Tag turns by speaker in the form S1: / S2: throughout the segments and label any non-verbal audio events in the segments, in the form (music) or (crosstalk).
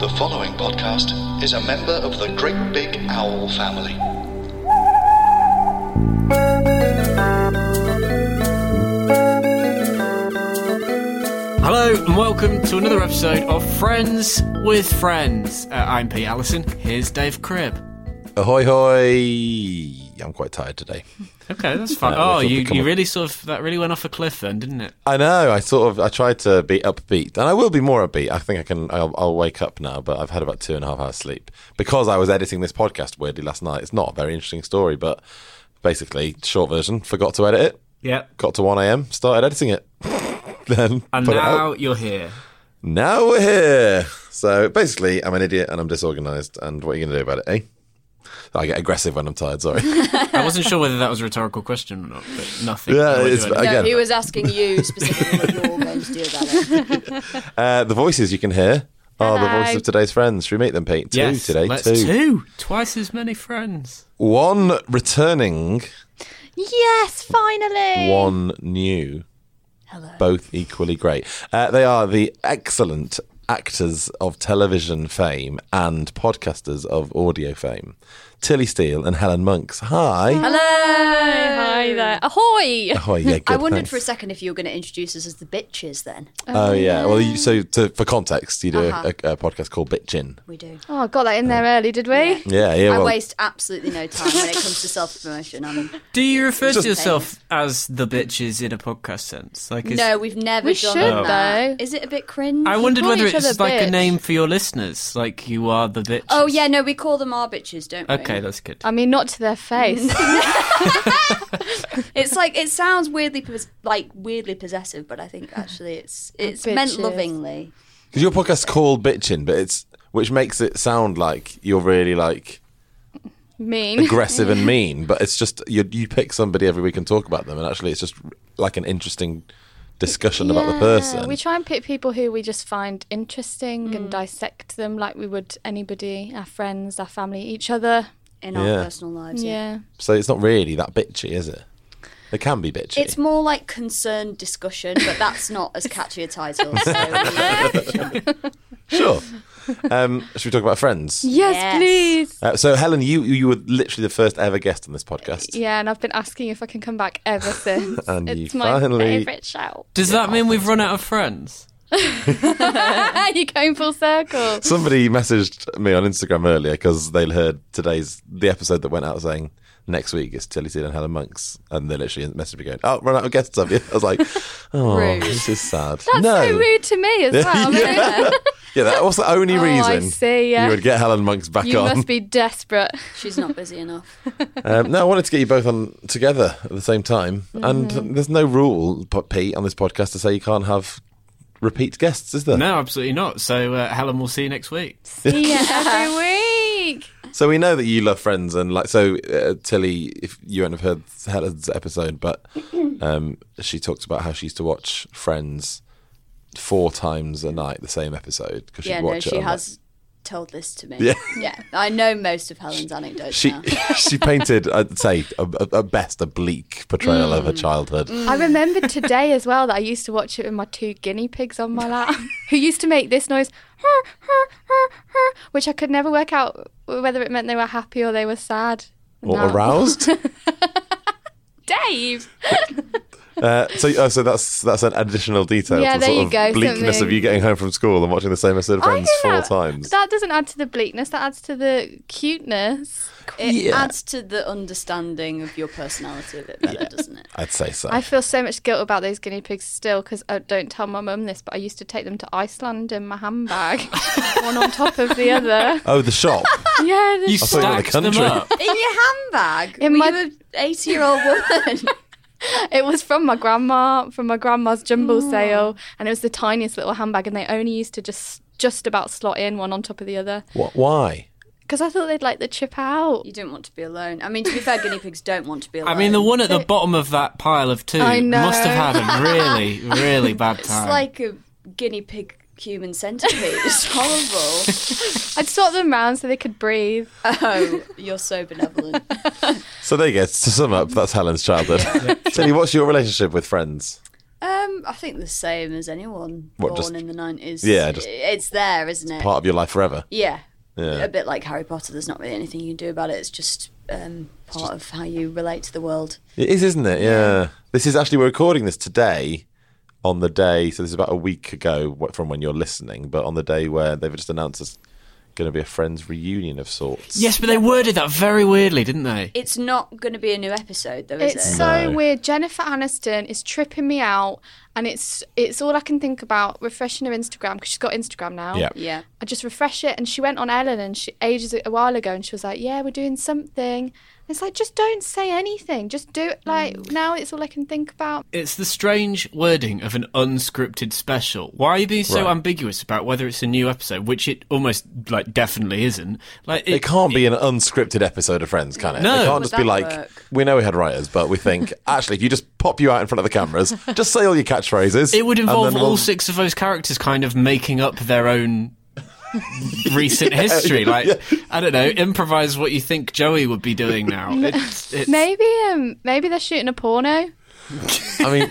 S1: The following podcast is a member of the Great Big Owl family.
S2: Hello and welcome to another episode of Friends with Friends. Uh, I'm Pete Allison. Here's Dave Cribb.
S3: Ahoy, hoy! I'm quite tired today.
S2: Okay, that's fine.
S3: Uh,
S2: oh,
S3: we've
S2: you,
S3: become
S2: you
S3: a-
S2: really sort of that really went off a cliff then, didn't it?
S3: I know. I sort of I tried to be upbeat, and I will be more upbeat. I think I can. I'll, I'll wake up now, but I've had about two and a half hours sleep because I was editing this podcast weirdly last night. It's not a very interesting story, but basically, short version: forgot to edit it.
S2: Yeah.
S3: Got to 1 a.m. Started editing it. (laughs) then
S2: And
S3: put it out.
S2: now you're here.
S3: Now we're here. So basically, I'm an idiot and I'm disorganized. And what are you going to do about it, eh? I get aggressive when I'm tired. Sorry.
S2: I wasn't sure whether that was a rhetorical question or not, but nothing.
S3: Yeah,
S2: I won't do
S3: it's-
S2: anything.
S3: I-
S4: No,
S3: Again.
S4: he was asking
S3: (laughs)
S4: you specifically what you're going to do about it.
S3: uh, the voices you can hear are the voices of today's friends. Should we meet them, Pete? Two
S2: Yes,
S3: today.
S2: let's
S3: two.
S2: two. Twice as many friends.
S3: One returning,
S4: Yes, finally.
S3: one new. Hello. Both equally great. Uh, they are the excellent actors of television fame and podcasters of audio fame. Tilly Steele and Helen Monks. Hi.
S4: Hello.
S5: Hi there. Ahoy!
S3: Oh, yeah, good,
S4: I wondered
S3: thanks.
S4: for a second if you were going to introduce us as the bitches. Then
S3: Oh yeah. Well, you, so to, for context, you do a-
S4: Uh-huh.
S3: a, a podcast called Bitchin.
S4: we do.
S5: Oh, got that in there early, did we?
S3: Yeah, yeah.
S4: I
S3: Well,
S4: waste absolutely no time when it comes to self promotion.
S3: (laughs)
S4: Um,
S2: Do you refer to
S3: Just-
S2: yourself as the bitches in a podcast sense? Like, is-
S4: no, we've never
S5: We
S4: done
S5: should,
S4: that.
S5: though.
S4: Is it a bit cringe?
S2: I wondered
S5: call
S2: whether
S5: each
S2: it's
S5: other
S2: like a
S5: bitch.
S2: name for your listeners, like you are the bitches.
S4: Oh yeah, no, we call them our bitches, don't we?
S2: Okay, that's good.
S5: I mean, not to their face.
S4: (laughs) It's like it sounds weirdly pos- like weirdly possessive, but I think actually it's it's
S5: Bitches.
S4: meant lovingly.
S3: because your podcast's called Bitchin, but it's which makes it sound like you're really like
S5: mean.
S3: aggressive
S5: (laughs)
S3: and mean. But it's just you you pick somebody every week and talk about them, and actually it's just like an interesting discussion about the person.
S5: We try and pick people who we just find interesting and dissect them like we would anybody, our friends, our family, each other.
S4: In our
S3: Yeah.
S4: personal lives, yeah.
S5: Yeah.
S3: so it's not really that bitchy, is it? It can be bitchy.
S4: It's more like concerned discussion, but that's not as catchy a title.
S3: (laughs)
S5: (laughs)
S4: So yeah.
S3: sure. um, should we talk about friends?
S5: Yes,
S4: Yes.
S5: please.
S3: Uh, so Helen, you you were literally the first ever guest on this podcast.
S5: Yeah, and I've been asking if I can come back
S3: (laughs)
S5: ever since.
S3: And you
S5: it's my
S3: finally-
S5: favourite shout.
S2: Does that mean we've run out of friends?
S5: You're going full circle.
S3: Somebody messaged me on Instagram earlier because they heard today's the episode that went out saying next week it's Tilly Seal and Helen Monks, and they literally messaged me going, "Oh, run out of guests, have you?" I was
S5: (laughs)
S3: like, "Oh,
S4: Rude.
S3: this is sad."
S5: That's
S3: no.
S5: so rude to me
S3: (laughs)
S5: as well.
S3: yeah. yeah, that was the only
S5: Oh, I
S3: reason
S5: see, yeah.
S3: you would get Helen Monks back
S5: You
S3: on.
S5: must be desperate.
S4: She's not busy enough.
S3: um, no, I wanted to get you both on together at the same time,
S5: Mm-hmm.
S3: and there's no rule, P- Pete, on this podcast to say you can't have repeat guests, is there?
S2: No, absolutely not. So, uh, Helen, we'll see you next week.
S5: (laughs) See you
S4: (laughs)
S5: every week.
S3: So we know that you love Friends, and like so, uh, Tilly, if you won't have heard Helen's
S4: (clears throat)
S3: episode, but um, she talked about how she used to watch Friends four times a night, the same episode because
S4: Yeah,
S3: she'd
S4: no,
S3: watch it.
S4: she
S3: on, like-
S4: has told this to me. (laughs) Yeah. I know most of Helen's anecdotes
S3: She
S4: now.
S3: (laughs) she painted, I'd say, a, a, at best a bleak portrayal of
S4: Mm.
S3: her childhood.
S5: I remembered today as well that I used to watch it with my two guinea pigs on my lap, (laughs) who used to make this noise, "Hur, hur, hur, hur," which I could never work out whether it meant they were happy or they were sad.
S3: Or
S5: No.
S3: aroused.
S5: Dave,
S3: Uh, so, oh, so that's that's an additional detail
S4: Yeah,
S3: to the
S4: there
S3: sort
S4: you
S3: of
S4: go,
S3: bleakness of
S4: something.
S3: you getting home from school and watching the same episode of
S4: I
S3: Friends
S4: think
S3: four
S4: that-
S3: times.
S4: That doesn't add to the bleakness. That adds to the cuteness.
S5: It adds to the understanding of your personality a bit better, doesn't it?
S3: I'd say so.
S4: I feel so much guilt about those guinea pigs still because I don't tell my mum this, but I used to take them to Iceland in my handbag, (laughs) one on top of the other.
S3: oh, the shop.
S4: Yeah,
S2: You
S4: this-
S3: thought you were in the
S2: stacked them
S3: country.
S2: up.
S5: In your handbag?
S4: In
S5: Were
S4: my-
S5: you an 80 year old woman?
S4: it was from my grandma, from my grandma's jumble sale, and it was the tiniest little handbag, and they only used to just just about slot in one on top of the other
S3: what? Why?
S4: because I thought they'd like the chip out.
S5: (laughs) you didn't want to be alone. I mean, to be fair, guinea pigs don't want to be alone.
S2: I mean, the one at the bottom of that pile of two
S4: I know.
S2: must have had a really, really bad
S5: It's
S2: time.
S5: like a guinea pig human centipede.
S4: (laughs)
S5: It's horrible.
S4: I'd sort them round so they could breathe.
S5: Oh, you're so benevolent.
S3: So there you go. To sum up, that's
S4: (laughs)
S3: Helen's childhood. Jenny, what's your relationship with Friends?
S5: Um, I think the same as anyone
S3: What,
S5: born
S3: just-
S5: in the 90s.
S3: Yeah, just-
S5: It's there, isn't it?
S3: Part of your life forever.
S5: Yeah.
S3: Yeah.
S5: A bit like Harry Potter, there's not really anything you can do about it. It's just um, part of how you relate to the world.
S3: It is, isn't it? Yeah. This is actually, we're recording this today on the day, so this is about a week ago wh- from when you're listening, but on the day where they've just announced there's going to be a Friends reunion of sorts.
S2: yes, but they worded that very weirdly, didn't they?
S5: It's not going to be a new episode, though, is
S4: It's
S5: it?
S4: so
S3: No.
S4: weird. Jennifer Aniston is tripping me out, and it's it's all I can think about. Refreshing her Instagram because she's got Instagram now.
S3: Yeah.
S5: Yeah.
S4: I just refresh it, and she went on Ellen, and she ages a while ago, and she was like, "Yeah, we're doing something." And it's like, just don't say anything. Just do it. Like now, it's all I can think about.
S2: It's the strange wording of an unscripted special. Why are you being so
S3: Right.
S2: ambiguous about whether it's a new episode, which it almost like definitely isn't? Like
S3: It can't be an unscripted episode of Friends, can it?
S2: No.
S3: It
S2: How
S3: can't
S2: would
S3: just be
S5: that
S3: like,
S5: work?
S3: we know we had writers, but we think, (laughs) actually, if you just pop you out in front of the cameras, just say all your catchphrases.
S2: It would
S3: and
S2: involve
S3: then
S2: all
S3: we'll-
S2: six of those characters kind of making up their own
S3: (laughs)
S2: recent history. Like I don't know, improvise what you think Joey would be
S4: (laughs)
S2: doing now. It's, it's,
S4: Maybe um maybe they're shooting a porno.
S3: I
S2: (laughs)
S3: mean,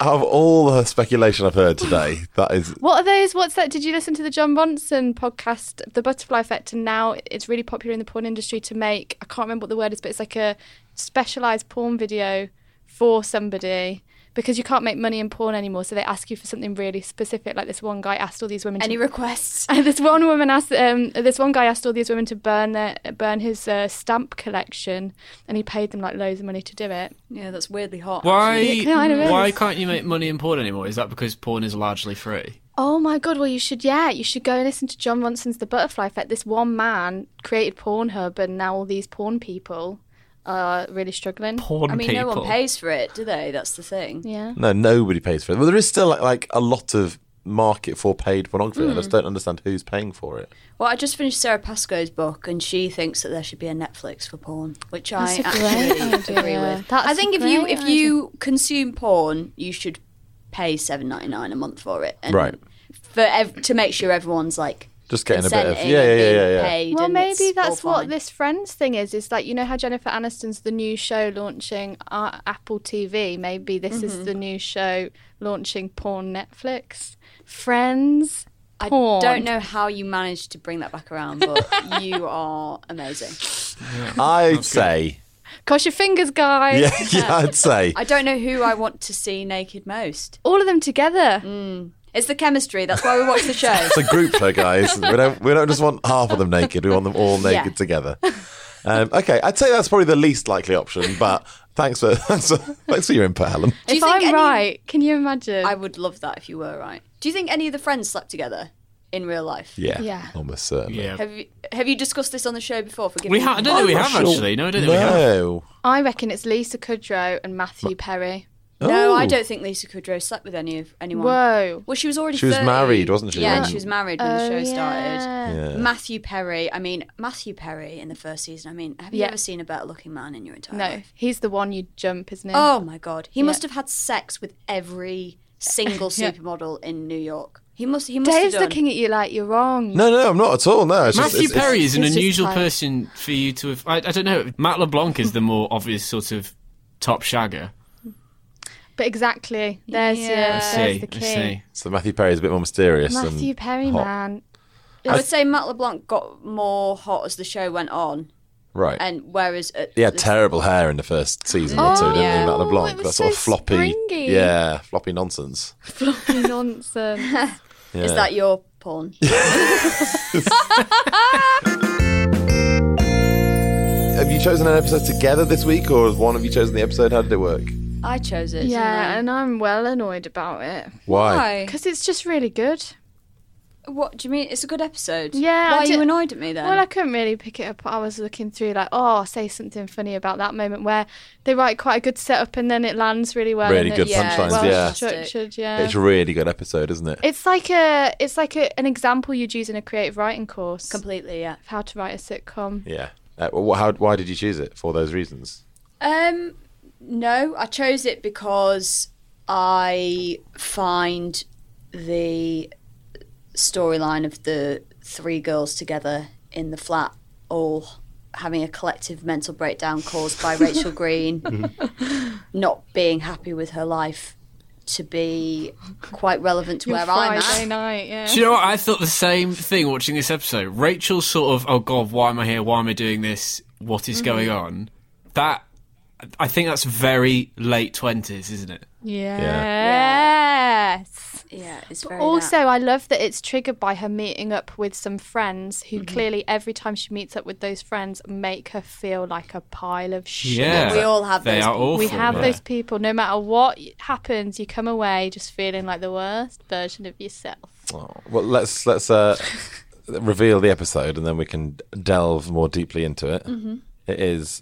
S3: out of all the speculation I've heard today, that is
S4: What are those? What's that? Did you listen to the John Bonson podcast, The Butterfly Effect? And now it's really popular in the porn industry to make, I can't remember what the word is, but it's like a specialized porn video for somebody because you can't make money in porn anymore. So they ask you for something really specific. Like this one guy asked all these women
S5: Any
S4: to. (laughs)
S5: requests?
S4: And this one woman asked, um, this one guy asked all these women to burn their, burn his uh, stamp collection, and he paid them like loads of money to do it.
S5: Yeah, that's weirdly hot.
S2: Why?
S4: kind of is.
S2: Why can't you make money in porn anymore? Is that because porn is largely free?
S4: Oh my god! Well, you should. Yeah, you should go and listen to John Ronson's "The Butterfly Effect." This one man created Pornhub, and now all these porn people are really struggling.
S2: Porn
S5: I mean,
S2: people.
S5: no one pays for it, do they? That's the thing.
S4: yeah,
S3: No, nobody pays for it. Well, there is still like, like a lot of market for paid pornography. I
S4: Mm.
S3: just don't understand who's paying for it.
S5: Well, I just finished Sarah Pascoe's book, and she thinks that there should be a Netflix for porn, which
S4: That's
S5: I
S4: a great
S5: actually
S4: idea.
S5: agree with.
S4: That's
S5: I
S4: a
S5: think if you
S4: great
S5: if you consume porn, you should pay seven ninety nine a month for it,
S4: (laughs)
S5: and
S3: Right.
S5: For ev- to make sure everyone's like
S3: Just getting a bit of
S5: consenting
S3: yeah, yeah,
S5: and
S3: yeah,
S5: being
S3: yeah. yeah.
S5: paid
S4: Well,
S5: and
S4: maybe
S5: it's all
S4: that's what
S5: fine.
S4: this Friends thing is. Is like you know how Jennifer Aniston's the new show launching uh, Apple TV. Maybe this
S5: Mm-hmm.
S4: is the new show launching porn Netflix. Friends.
S5: I
S4: porn.
S5: don't know how you managed to bring that back around,
S4: (laughs)
S5: but you are amazing.
S3: I'd say,
S4: Cross your fingers, guys.
S3: yeah, yeah, (laughs)
S4: (laughs)
S3: I'd say.
S5: I don't know who I want to see naked most. Mm.
S4: All of them together.
S5: It's the chemistry. That's why we watch
S4: (laughs)
S5: the show.
S3: It's a group though, guys. We don't we don't just want half of them naked. We want them all naked
S5: Yeah.
S3: together. Um, okay, I'd say that's probably the least likely option. But thanks for (laughs) thanks for, thanks for your input, Helen.
S5: Do you
S4: If
S5: think
S4: I'm
S5: any-
S4: right, can you imagine?
S5: I would love that if you were right. Do you think any of the friends slept together in real life?
S3: Yeah, Oh.
S4: Yeah.
S3: almost certainly.
S2: Yeah.
S5: Have you have you discussed this on the show before? Forgive
S2: We
S5: me.
S2: ha- I don't think we have actually. No, I don't think we have.
S3: No.
S4: I reckon it's Lisa Kudrow and Matthew Perry.
S5: No,
S3: Oh.
S5: I don't think Lisa Kudrow slept with any of anyone.
S4: Whoa. Oh,
S5: Well, she was already.
S3: She was
S5: 30.
S3: married, wasn't she,
S5: Yeah,
S3: when-
S5: she was married when the show started.
S3: Yeah.
S5: Matthew Perry. I mean, Matthew Perry in the first season. I mean, have you
S4: Yeah.
S5: ever seen a better looking man in your entire
S4: No,
S5: life?
S4: he's the one you jump, isn't he?
S5: Oh my god, he must have had sex with every
S4: (laughs)
S5: single supermodel in New York. He must. He must
S4: Dave's
S5: have done.
S4: looking at you like you're wrong.
S3: No, no, I'm not at all. No, it's just-
S2: Matthew
S3: it's- it's-
S2: Perry is an
S4: it's just
S2: unusual
S4: like-
S2: person for you to have. I, I don't know. Matt LeBlanc is the more obvious sort of top shagger.
S4: But exactly. There's,
S5: Yeah.
S4: yeah.
S5: I
S4: there's
S2: see,
S4: Uh, the
S2: I
S4: key.
S2: see.
S3: So Matthew Perry is a bit more mysterious. and
S4: Matthew Perry,
S3: hot.
S4: man.
S5: I would say Matt LeBlanc got more hot as the show went on.
S3: Right.
S5: And whereas at
S3: He had
S5: the-
S3: terrible hair in the first season or two, didn't
S5: yeah.
S3: he, Matt
S4: Oh, it
S3: LeBlanc?
S4: was
S3: That sort of
S4: so
S3: floppy,
S4: springy.
S3: yeah, floppy nonsense.
S4: Floppy nonsense.
S3: Yeah.
S5: Is that your porn?
S3: Have you chosen an episode together this week, or has one of you chosen the episode? How did it work?
S5: I chose it.
S4: yeah,
S5: didn't
S4: and I'm well annoyed about it
S3: Why?
S5: I? Why?
S4: because it's just really good.
S5: What do you mean? It's a good episode.
S4: Yeah,
S5: Why
S4: I
S5: are
S4: did-
S5: you annoyed at me then?
S4: Well, I couldn't really pick it up. I was looking through, like, oh, say something funny about that moment where they write quite a good setup and then it lands really well.
S3: Really
S4: and
S3: good
S4: it's
S5: Yeah,
S3: punchlines,
S4: well
S3: yeah.
S4: structured, yeah.
S3: It's a really good episode, isn't it?
S4: It's like a, it's like a, an example you'd use in a creative writing course of
S5: Completely. Yeah.
S4: how to write a sitcom.
S3: yeah. Uh, wh- how, why did you choose it? For those reasons.
S5: Um, no, I chose it because I find the storyline of the three girls together in the flat all having a collective mental breakdown caused
S4: (laughs)
S5: by Rachel Green
S3: Mm-hmm.
S5: not being happy with her life to be quite relevant to
S4: Your
S5: where
S4: Friday
S5: I'm at.
S4: night, yeah.
S2: Do you know what? I thought the same thing watching this episode. Rachel sort of, oh god, why am I here? Why am I doing this? What
S4: Mm-hmm.
S2: is going on? That, I think that's very late 20s, isn't it?
S4: Yes.
S5: Yeah, it's
S4: But
S5: very
S4: also,
S5: that.
S4: I love that it's triggered by her meeting up with some friends who
S5: Mm-hmm.
S4: clearly, every time she meets up with those friends, make her feel like a pile of shit.
S2: Yeah.
S5: We all have
S2: They
S5: those
S2: are
S5: people.
S2: awful.
S4: We have
S2: yeah.
S4: those
S3: (laughs)
S4: people. No matter what happens, you come away just feeling like the worst version of yourself.
S3: Well, let's let's uh, reveal the episode, and then we can delve more deeply into it.
S4: mm-hmm.
S3: It is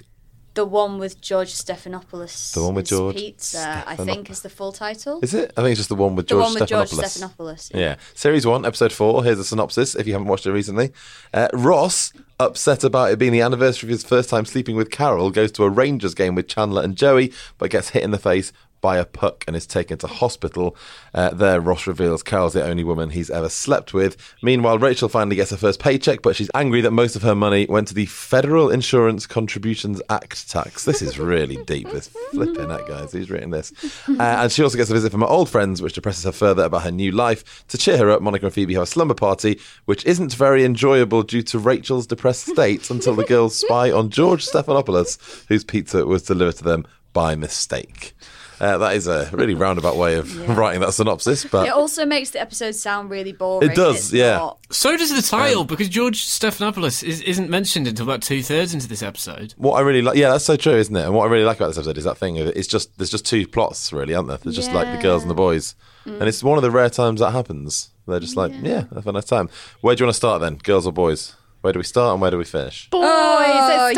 S5: the one with George Stephanopoulos.
S3: The one with
S5: is
S3: George
S5: Pizza, I think, is the full title.
S3: Is it? I think it's just the one with
S5: The
S3: George
S5: one with George
S3: Stephanopoulos.
S5: Stephanopoulos,
S3: Yeah.
S5: yeah.
S3: Series 1, Episode 4. Here's a synopsis if you haven't watched it recently. Uh, Ross, upset about it being the anniversary of his first time sleeping with Carol, goes to a Rangers game with Chandler and Joey, but gets hit in the face by a puck and is taken to hospital. Uh, there, Ross reveals Carol's the only woman he's ever slept with. Meanwhile, Rachel finally gets her first paycheck, but she's angry that most of her money went to the Federal Insurance Contributions Act tax. This is really deep. This flipping that guys who's written this. Uh, and she also gets a visit from her old friends, which depresses her further about her new life. To cheer her up, Monica and Phoebe have a slumber party, which isn't very enjoyable due to Rachel's depressed state until the girls spy on George Stephanopoulos, whose pizza was delivered to them by mistake. Uh, that is a really roundabout way of writing that synopsis, but
S5: It also makes the episode sound really boring.
S3: It does,
S5: It's
S3: yeah.
S5: not-
S2: So does the title,
S3: Um,
S2: because George Stephanopoulos is, isn't mentioned until about two thirds into this episode.
S3: what I really like, yeah, that's so true, isn't it? And what I really like about this episode is that thing of it's just there's just two plots really, aren't there? There's just like the girls and the boys, and it's one of the rare times that happens. They're just like, yeah. have a nice time. Where do you want to start then, girls or boys? Where do we start and where do we finish?
S4: Boys, let's start. Get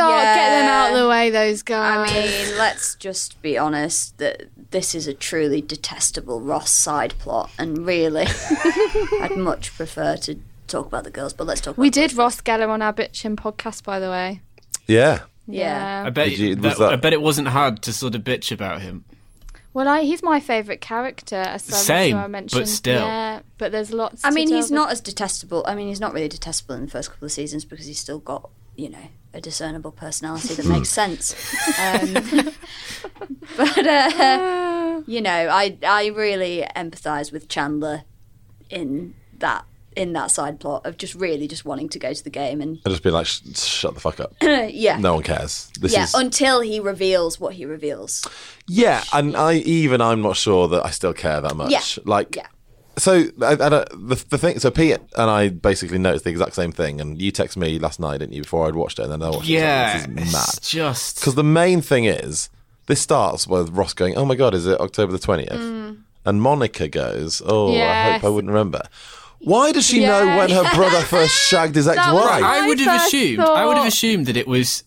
S4: them out of the way, those
S5: Oh, I
S4: guys.
S5: mean, let's just be honest that this is a truly detestable Ross side plot, and
S4: (laughs)
S5: really, I'd much prefer to talk about the girls. But let's talk. About
S4: we
S5: the
S4: did
S5: boys.
S4: Ross Geller on our bitchin podcast, by the way.
S3: Yeah,
S5: Yeah.
S2: I bet,
S3: Did you-
S2: that,
S3: was that-
S2: I bet it wasn't hard to sort of bitch about him.
S4: Well, I, he's my favourite character. As I'm
S2: Same,
S4: sure I
S2: but
S4: mentioned.
S2: still.
S4: Yeah, but there's lots.
S5: I
S4: to
S5: mean, he's
S4: delve
S5: not as detestable. I mean, he's not really detestable in the first couple of seasons because he's still got, you know, a discernible personality that makes sense. Um, (laughs) but uh, you know, I I really empathise with Chandler in that in that side plot of just really just wanting to go to the game and uh,
S3: I'd just be like, Sh- shut the fuck up.
S5: (laughs) yeah
S3: No one cares. This
S5: yeah
S3: is
S5: until he reveals what he reveals.
S3: yeah, and I even I'm not sure that I still care that much.
S5: Yeah.
S3: Like,
S5: Yeah.
S3: so I, I don't, the, the thing. So Pete and I basically noticed the exact same thing, and you texted me last night, didn't you? Before I'd watched it, and then I watched
S2: Yeah,
S3: it. and I was like,
S2: it's
S3: This is mad.
S2: just
S3: Because the main thing is, this starts with Ross going, "Oh my god, is it October the 20th?
S5: Mm.
S3: And Monica goes, "Oh, I hope
S4: Yes.
S3: I wouldn't remember." Why does she know when
S5: (laughs)
S3: her brother first shagged his
S4: was
S3: ex-wife?
S4: right.
S2: I would have
S4: first
S2: assumed. I would have
S4: thought-
S2: assumed that it was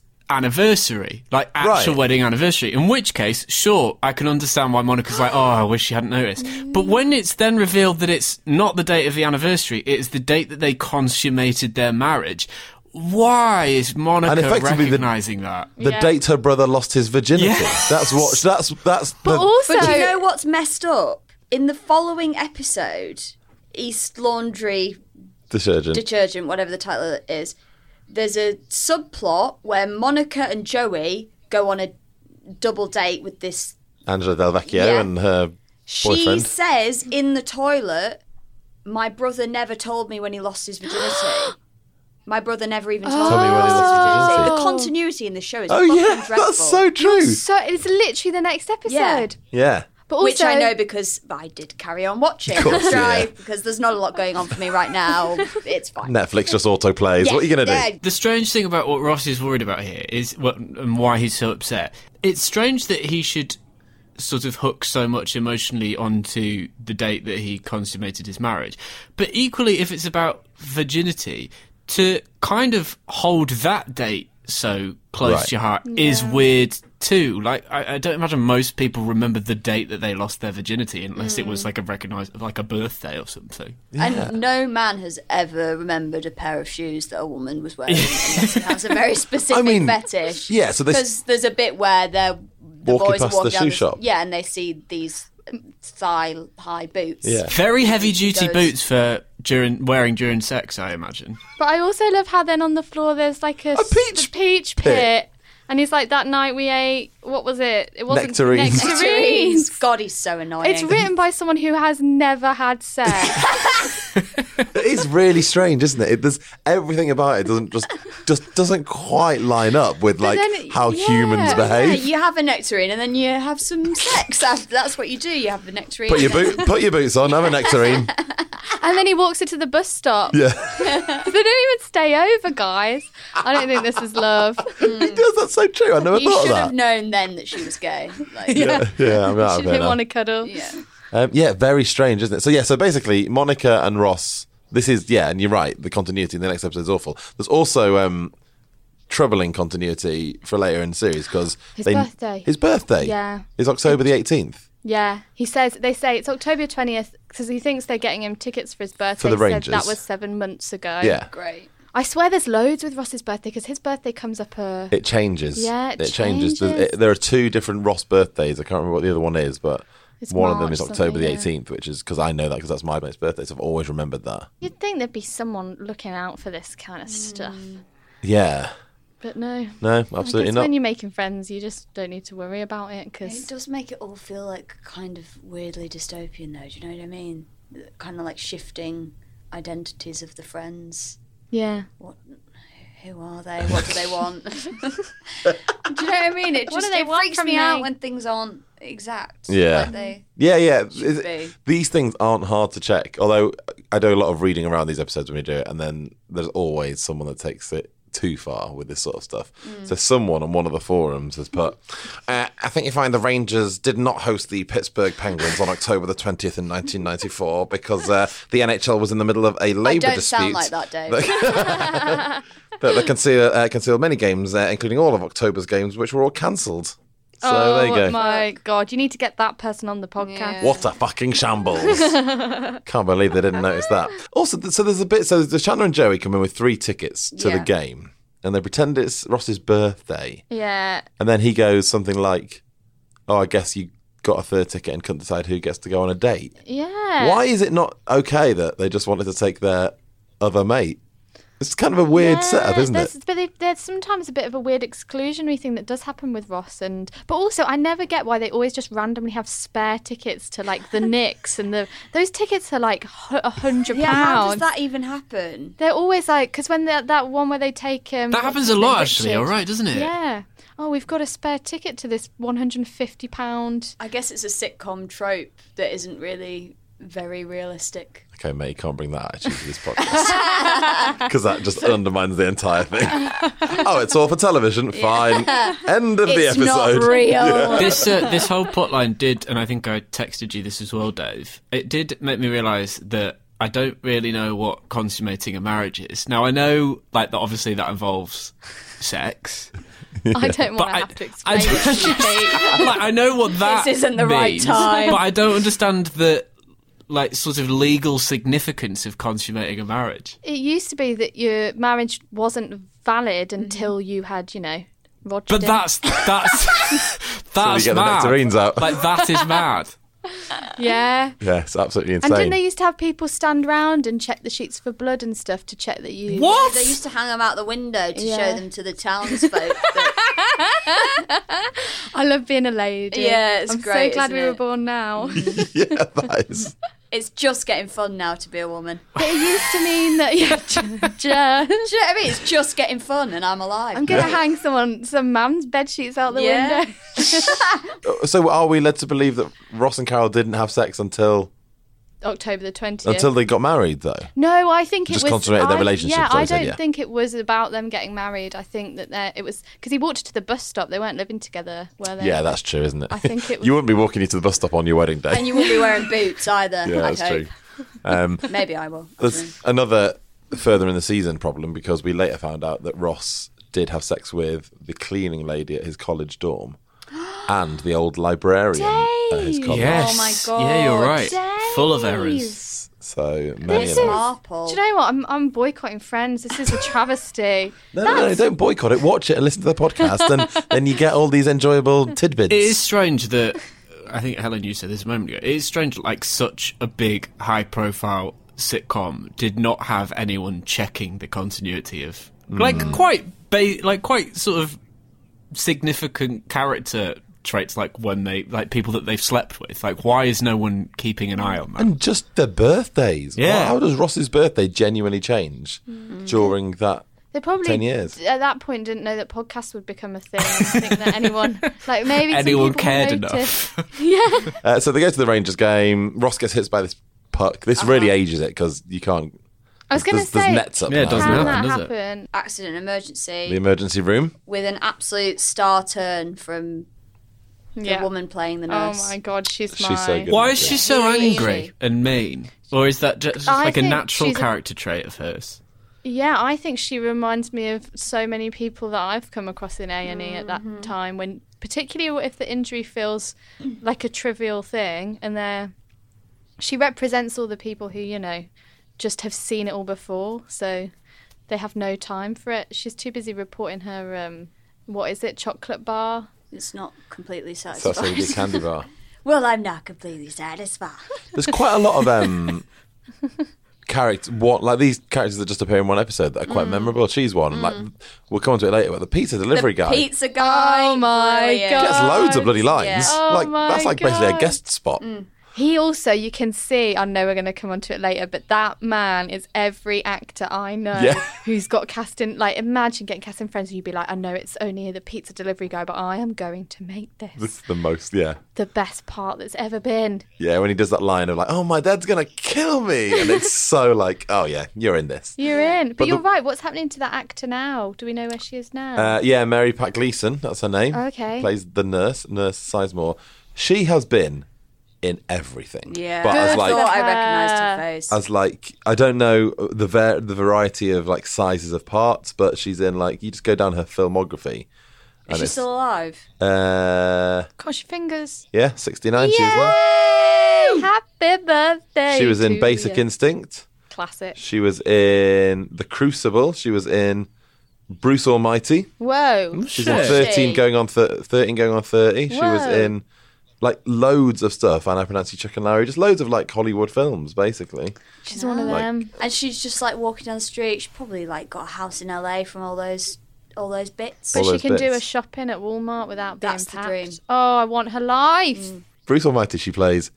S2: anniversary, like actual
S3: Right.
S2: wedding anniversary. In which case, sure, I can understand why Monica's like, "Oh, I wish she hadn't noticed." But when it's then revealed that it's not the date of the anniversary, it's the date that they consummated their marriage. Why is
S3: And
S2: Monica
S3: effectively the-
S2: recognizing that?
S3: The date her brother lost his virginity.
S2: Yes.
S3: That's what. That's that's.
S4: But
S3: the,
S4: also,
S5: But do you know what's messed up? In the following episode, East Laundry
S3: the surgeon.
S5: detergent, whatever the title is, there's a subplot where Monica and Joey go on a double date with this.
S3: Angela Del Vecchio
S5: Yeah.
S3: and her
S5: She
S3: boyfriend.
S5: says (gasps) in the toilet, "My brother never told me when he lost his virginity."
S4: My brother never
S5: Oh.
S4: even told
S3: Tell me
S4: me.
S3: where they lost
S4: So
S3: virginity.
S4: the continuity in the show is
S3: Oh
S4: fucking
S3: yeah,
S4: dreadful.
S3: that's so true.
S5: So it's literally the next episode.
S4: Yeah.
S3: Yeah.
S5: But also,
S4: Which I know because I did carry on watching
S3: course,
S4: Drive
S3: yeah.
S4: because there's not a lot going on for me right now. It's fine.
S3: Netflix just auto plays. what are you going to do?
S4: Yeah,
S2: The strange thing about what Ross is worried about here is what and why he's so upset. It's strange that he should sort of hook so much emotionally onto the date that he consummated his marriage. But equally, if it's about virginity, to kind of hold that date so close
S3: Right.
S2: to your heart is weird too. Like, I, I don't imagine most people remember the date that they lost their virginity unless it was like a recognised, like a birthday or something.
S4: And no man has ever remembered a pair of shoes that a woman was wearing.
S3: (laughs)
S4: unless he has a very specific
S3: I mean,
S4: fetish.
S3: yeah, so they-
S4: because there's a bit where they're the
S3: Walking
S4: boys
S3: past
S4: are walking
S3: the
S4: down
S3: shoe shop.
S4: Yeah, and they see these thigh high boots.
S3: Yeah.
S2: Very heavy duty
S4: Those-
S2: boots for during wearing during sex, I imagine.
S5: but I also love how then on the floor there's like a, s-
S3: peach
S5: the peach pit.
S3: pit.
S5: and he's like, that night we ate. What was it? It wasn't
S3: Nectarines.
S5: nectarines.
S4: God, he's so annoying.
S5: It's written by someone who has never had sex.
S3: It is really strange, isn't it? it? There's everything about it doesn't just just doesn't quite line up with like
S5: then it-
S3: how
S5: yeah.
S3: humans
S5: Yeah,
S4: Yeah,
S3: behave.
S4: you have a nectarine and then you have some sex. after. That's what you do. You have a nectarine.
S3: Put your
S5: (laughs)
S3: boot, put your boots on. Have a nectarine.
S5: and then he walks into the bus stop.
S3: Yeah,
S5: They don't even stay over, guys. I don't think this
S3: (laughs)
S5: is love.
S3: he does. That's so true. I never
S4: You
S3: thought
S4: should
S3: of
S4: have
S3: that.
S4: known then that she was gay. Like,
S3: Yeah, I'm out of
S5: She
S3: it
S5: didn't
S3: now.
S5: want to cuddle.
S4: yeah.
S3: uh, Um, yeah, very strange, isn't it? So yeah, so basically, Monica and Ross. This is yeah, and you're right. The continuity in the next episode is awful. There's also um, troubling continuity for later in the series because
S5: His birthday.
S3: His birthday.
S5: Yeah.
S3: is October the 18th.
S5: Yeah, he says they say it's October twentieth because he thinks they're getting him tickets for his birthday.
S3: the
S5: He said
S3: Rangers.
S5: that was seven months ago.
S3: Yeah,
S4: Great.
S5: I swear there's loads with Ross's birthday because his birthday comes up a.
S3: it changes.
S5: Yeah, it
S3: There's-
S5: changes.
S3: it- there are two different Ross birthdays. I can't remember what the other one is, but.
S5: It's
S3: one of them
S5: March
S3: is October the
S5: something, yeah.
S3: 18th, which is because I know that because that's my mate's birthday, so I've always remembered that.
S5: You'd think there'd be someone looking out for this kind of stuff,
S4: Mm.
S3: Yeah.
S5: but no.
S3: No,
S5: I
S3: absolutely
S5: guess
S3: not.
S5: When you're making friends, you just don't need to worry about it
S4: It
S5: because
S4: does make it all feel like kind of weirdly dystopian, though. Do you know what I mean? Kind of like shifting identities of the friends.
S5: yeah,
S4: Who are they? What do they want? do you know what I mean? It
S5: What (laughs) do
S4: just
S5: they
S4: it
S5: want
S4: freaks
S5: from
S4: me
S5: me?
S4: out when things aren't exact.
S3: Yeah.
S4: Like they,
S3: Yeah, yeah.
S4: Should
S3: It-
S4: be.
S3: These things aren't hard to check. Although I do a lot of reading around these episodes when we do it, and then there's always someone that takes it too far with this sort of stuff.
S5: Mm.
S3: So someone on one of the forums has put, uh, "I think you find the Rangers did not host the Pittsburgh Penguins on October the 20th in 1994 because uh, the NHL was in the middle of a
S4: I
S3: labour
S4: don't
S3: dispute."
S4: sound like that, Dave. (laughs)
S3: That that conceal, uh, concealed many games, uh, including all of October's games, which were all cancelled. So there you go.
S5: Oh, my god, you need to get that person on the podcast.
S3: What a fucking shambles. Can't believe they didn't notice that. Also, th- so there's a bit, so the Chandler and Joey come in with three tickets to the
S4: Yeah.
S3: game and they pretend it's Ross's birthday.
S5: Yeah,
S3: And then he goes something like, Oh, I guess you got a third ticket and couldn't decide who gets to go on a date.
S5: yeah.
S3: Why is it not okay that they just wanted to take their other mate? It's kind of a weird setup,
S5: Yeah,
S3: isn't
S5: there's,
S3: it?
S5: But they, there's sometimes a bit of a weird exclusionary thing that does happen with Ross, and but also I never get why they always just randomly have spare tickets to like
S4: (laughs)
S5: the Knicks and the those tickets are like hu- a hundred
S4: yeah, how does
S5: pounds.
S4: that even happen?
S5: They're always like because when that that one where they take um
S2: That happens a lot, actually.
S5: Richard.
S2: All right, doesn't it?
S5: Yeah. Oh, we've got a spare ticket to this one hundred and fifty pound. (laughs)
S4: I guess it's a sitcom trope that isn't really very realistic.
S3: Okay, mate, you can't bring that attitude to this podcast. Because that just undermines the entire thing. oh, it's all for television. Fine. End of the
S4: It's
S3: episode.
S4: not real.
S3: (laughs)
S2: This uh, this whole plotline did, and I think I texted you this as well, Dave. It did make me realise that I don't really know what consummating a marriage is. Now I know, like, that obviously that involves sex,
S5: I don't
S2: but
S5: want to
S2: I
S5: have to
S2: I,
S5: explain.
S2: just- (laughs) like, I know what that
S4: isn't the right
S2: means,
S4: time.
S2: but I don't understand the like sort of legal significance of consummating a marriage.
S5: it used to be that your marriage wasn't valid
S4: Mm-hmm.
S5: until you had, you know, Roger.
S2: But that's that's
S4: (laughs)
S2: that's
S3: get the
S2: mad.
S3: (laughs) nectarines out.
S2: Like that is mad.
S5: yeah.
S3: Yes, absolutely
S5: And
S3: insane.
S5: didn't they used to have people stand round and check the sheets for blood and stuff to check that you
S2: What?
S4: They used to hang them out the window to
S5: Yeah.
S4: show them
S3: (laughs)
S4: to the townsfolk. but
S5: I love being a lady.
S4: Yeah, it's
S5: I'm
S4: great,
S5: so glad
S4: isn't
S5: we were
S4: it? Mm-hmm.
S5: born now.
S3: yeah, that is.
S4: it's just getting fun now to be a woman.
S5: (laughs) But it used to mean that yeah,
S4: (laughs)
S5: ju- ju-
S4: Do you know what I mean? It's just getting fun, and I'm alive.
S5: I'm gonna hang someone some mum's bed sheets out the
S4: Yeah.
S5: window. (laughs)
S3: So are we led to believe that Ross and Carol didn't have sex until
S5: October the twentieth.
S3: until they got married though?
S5: No, I think
S3: Just
S5: it was
S3: concentrated their
S5: I-
S3: relationship,
S5: Yeah,
S3: so
S5: I
S3: they said,
S5: don't
S3: yeah.
S5: think it was about them getting married. I think that they- it was because he walked to the bus stop. They weren't living together, were they?
S3: Yeah, that's true, isn't it?
S5: I think
S3: (laughs)
S5: it
S3: you wouldn't be walking you to the bus stop on your wedding day.
S4: and you won't be wearing boots either.
S3: (laughs) yeah,
S4: I
S3: that's
S4: hope.
S3: true. Um,
S4: Maybe I will. I don't know.
S3: There's another further in the season problem because we later found out that Ross did have sex with the cleaning lady at his college
S5: (gasps)
S3: dorm and the old librarian at his college.
S2: Yes.
S4: Oh my
S2: Yeah, you're
S4: God.
S2: right. Full of errors.
S5: Days.
S3: So many of
S5: This is-
S3: them.
S4: Marple.
S5: Do you know what? I'm, I'm boycotting Friends. This is a
S3: (laughs)
S5: travesty.
S3: No, no, no, don't boycott it. Watch it and listen to the podcast, and
S5: (laughs)
S3: then you get all these enjoyable tidbits.
S2: It is strange that I think Helen, you said this a moment ago. It is strange, that, like such a big, high-profile sitcom did not have anyone checking the continuity of like
S3: Mm.
S2: quite ba- like quite sort of significant character traits, like when they like people that they've slept with. Like, why is no one keeping an eye on that?
S3: And just their birthdays.
S2: Yeah.
S3: How does Ross's birthday genuinely change
S5: Mm.
S3: during that?
S5: They probably
S3: 10 years.
S5: at that point didn't know that podcasts would become a thing. I don't think that anyone
S3: (laughs)
S5: like maybe some
S2: Anyone
S5: people
S2: cared
S5: noticed.
S2: enough?
S3: Uh, so they go to the Rangers game. Ross gets hit by this puck. This really ages it because you can't.
S5: Uh-huh. I was going
S3: there's,
S5: to say,
S3: there's nets up.
S2: Yeah, it
S3: now.
S2: doesn't
S5: how
S2: happen,
S5: did that
S2: does it?
S5: happen?
S4: Accident emergency
S3: The emergency room.
S4: with an absolute star turn from the
S5: Yeah.
S4: woman playing the
S5: Oh
S4: nurse.
S5: my god, she's
S3: She's
S5: my.
S3: so good.
S2: Why is she so
S4: Really?
S2: angry and mean? Or is that just,
S5: I
S2: like a
S5: think
S2: natural
S5: she's a-
S2: character trait of hers?
S5: Yeah, I think she reminds me of so many people that I've come across in A and E at that time. When particularly if the injury feels like a trivial thing, and they're she represents all the people who you know just have seen it all before, so they have no time for it. She's too busy reporting her um, what is it, chocolate bar?
S4: It's not completely
S3: So that's
S4: satisfied.
S3: a good candy bar.
S4: (laughs) well, I'm not completely satisfied.
S3: There's quite a lot of
S5: (laughs)
S3: um, characters. What like these characters that just appear in one episode that are
S5: Mm.
S3: quite memorable. She's one. Like we'll come on to it later. But the pizza delivery guy
S4: Pizza guy.
S5: Oh my
S4: brilliant.
S5: God.
S3: gets loads of bloody lines.
S4: Yeah.
S5: Oh
S3: like
S5: my
S3: that's like basically a
S5: God. Mm.
S3: guest spot.
S5: He also, you can see, I know we're going to come onto it later, but that man is every actor I know
S3: Yeah.
S5: (laughs) who's got cast in. Like, imagine getting cast in Friends and you'd be like, I know it's only the pizza delivery guy, but I am going to
S3: (laughs)
S5: make
S3: This
S5: this
S3: is the most. Yeah.
S5: the best part that's ever been.
S3: Yeah, when he does that line of like, "Oh, my dad's gonna kill me," and it's so like, "Oh yeah, you're in this."
S5: You're in. But,
S3: But the-
S5: you're right. What's happening to that actor now? Do we know where she is now?
S3: Uh, yeah, Mary Pat Gleason, that's her name.
S5: Okay.
S3: Plays the nurse, Nurse Sizemore. She has been in everything.
S4: Yeah.
S3: But as
S4: I
S3: like
S4: thought I recognised her face.
S3: as like I don't know the ver- the variety of like sizes of parts, but she's in like you just go down her filmography.
S4: Is she
S3: it's-
S4: still alive?
S3: Uh,
S5: Cross your fingers.
S3: yeah, sixty nine. She was one.
S5: Yay! Happy birthday.
S3: She was
S5: to
S3: in Basic
S5: you.
S3: Instinct.
S5: Classic.
S3: She was in The Crucible. She was in Bruce Almighty.
S5: Whoa.
S3: She's
S2: Shit.
S3: in 13 going on th- 13 going on 30. She was
S5: Whoa.
S3: in like loads of stuff and I pronounce you Chuck and Larry just loads of like Hollywood films basically.
S5: She's one of them.
S4: And she's just like walking down the street. She's probably like got a house in LA from all those all those bits.
S5: But
S3: all
S5: she
S3: those
S5: can do a
S3: bits.
S5: shopping at Walmart without
S4: That's the
S5: being packed.
S4: dream. Mm.
S5: Oh, I want her life.
S3: Bruce Almighty she plays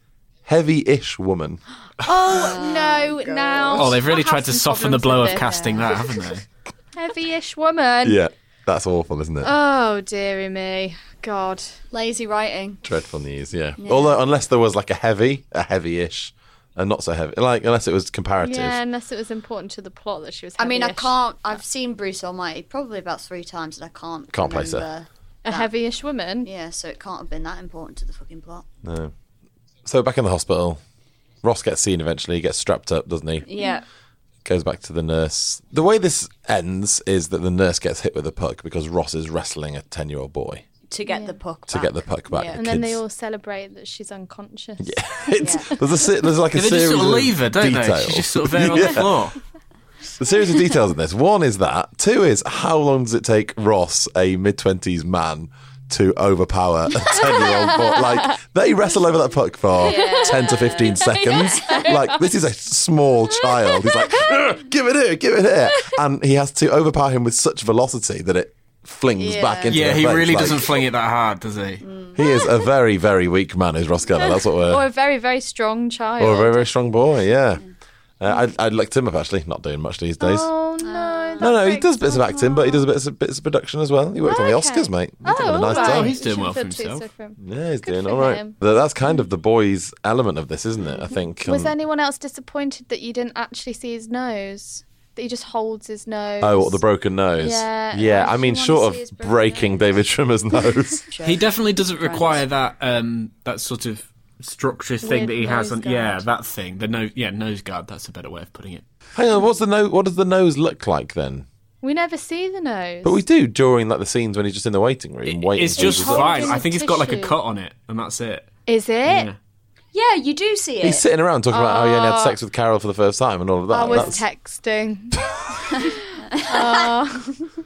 S3: heavy-ish woman.
S5: Oh, no, now.
S2: Oh, they've really
S5: I have
S2: tried to
S5: some
S2: soften the
S5: problems
S2: blow
S5: with
S2: of
S5: this.
S2: casting that, haven't they?
S5: Heavy-ish woman.
S3: Yeah. That's awful, isn't it?
S5: Oh, dearie me. God.
S4: Lazy writing.
S3: Dreadful news, yeah. Although unless there was like a heavy, a heavy-ish and not so heavy. Like unless it was comparative.
S5: Yeah, unless it was important to the plot that she was
S4: I mean, I
S5: heavy-ish.
S4: can't. I've seen Bruce Almighty probably about three times, and I can't
S3: Can't place her.
S4: remember.
S5: A heavy-ish woman?
S4: Yeah, so it can't have been that important to the fucking plot.
S3: So back in the hospital, Ross gets seen eventually, gets strapped up, doesn't he?
S4: Yeah.
S3: goes back to the nurse. The way this ends is that the nurse gets hit with a puck because Ross is wrestling a 10 year old boy
S4: To get the puck.
S3: to get the puck back.
S4: Yeah.
S3: The
S5: And then they
S3: kids-
S5: all celebrate that she's unconscious.
S3: (laughs) It's- there's, a, se- there's like a
S2: they
S3: series
S2: just sort of leave her, don't
S3: details.
S2: they? She's just sort of there on
S3: (laughs) Yeah.
S2: the floor.
S3: The series of details in this one is that, two is how long does it take Ross, a mid 20s man, to
S5: (laughs)
S3: overpower a 10 year old boy. Like, they wrestle over that puck for 10 to
S5: (laughs)
S3: 15 seconds. Like, this is a small child. He's like, "Ugh, give it here, give it here. And he has to overpower him with such velocity that it flings back into
S2: Yeah,
S3: their
S2: he
S3: face.
S2: really
S3: Like,
S2: doesn't fling it that hard, does he?
S3: He is a very, very weak man, is Roscella. That's what we're.
S5: or a very very strong child.
S3: Or a very, very strong boy, yeah. Uh, I, I looked him up actually, not doing much these days.
S5: oh no!
S3: no, no, he
S5: breaks
S3: does bits of
S5: my
S3: acting, but he does bits of, bits of production as well. He worked on the
S5: Okay.
S3: Oscars, mate. He's
S5: Oh,
S3: having a nice
S5: all right.
S3: time.
S2: he's doing
S5: Shouldn't
S2: well for
S5: feel too
S2: himself.
S5: sick for him.
S3: Yeah, he's
S5: Good
S3: doing
S5: for
S3: all right.
S5: him.
S3: Th- That's kind of the boys' element of this, isn't it? I think.
S5: Was
S3: um,
S5: anyone else disappointed that you didn't actually see his nose? That he just holds his nose.
S3: Oh, what, the broken nose.
S5: Yeah,
S3: yeah. I mean,
S4: wanna
S3: short
S4: see his
S3: of
S4: broken
S3: breaking
S4: nose.
S3: David
S5: (laughs)
S3: Trimmer's nose.
S2: He definitely doesn't require that um, that sort of structure thing
S5: Weird
S2: that he has.
S5: nose
S2: On, yeah,
S5: guard.
S2: that thing. The nose. Yeah, nose guard. That's a better way of putting it.
S3: Hang on, what's the nose? What does the nose look like then?
S5: We never see the nose.
S3: But we do during like the scenes when he's just in the waiting room waiting.
S2: It's
S3: for his
S2: just
S3: result.
S2: fine.
S5: holding
S2: I
S5: a
S2: think it's got like a
S5: tissue.
S2: cut on it, and that's it.
S5: Is it?
S2: Yeah.
S4: Yeah, you do see it.
S3: He's sitting around talking about how he only had sex with Carol for the first time and all of that.
S5: I Oh. was
S3: That's- (laughs)
S5: texting.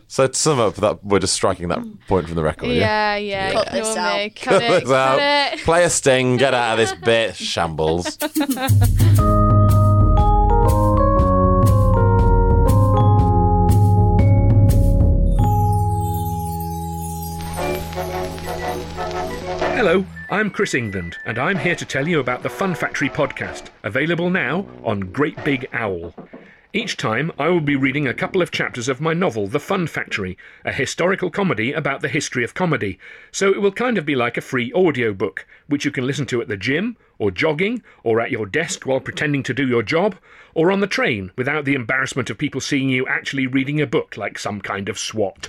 S3: So to sum up, that we're just striking that point from the record. Yeah.
S5: Yeah, yeah.
S4: Cut this
S5: ignore
S4: out.
S5: me. Cut it.
S3: That's out.
S5: Cut it.
S3: Play a sting. Get out of this bit. Shambles.
S6: Hello, I'm Chris England, and I'm here to tell you about the Fun Factory podcast, available now on Great Big Owl. Each time, I will be reading a couple of chapters of my novel, The Fun Factory, a historical comedy about the history of comedy. So it will kind of be like a free audiobook, which you can listen to at the gym, or jogging, or at your desk while pretending to do your job, or on the train without the embarrassment of people seeing you actually reading a book like some kind of SWAT.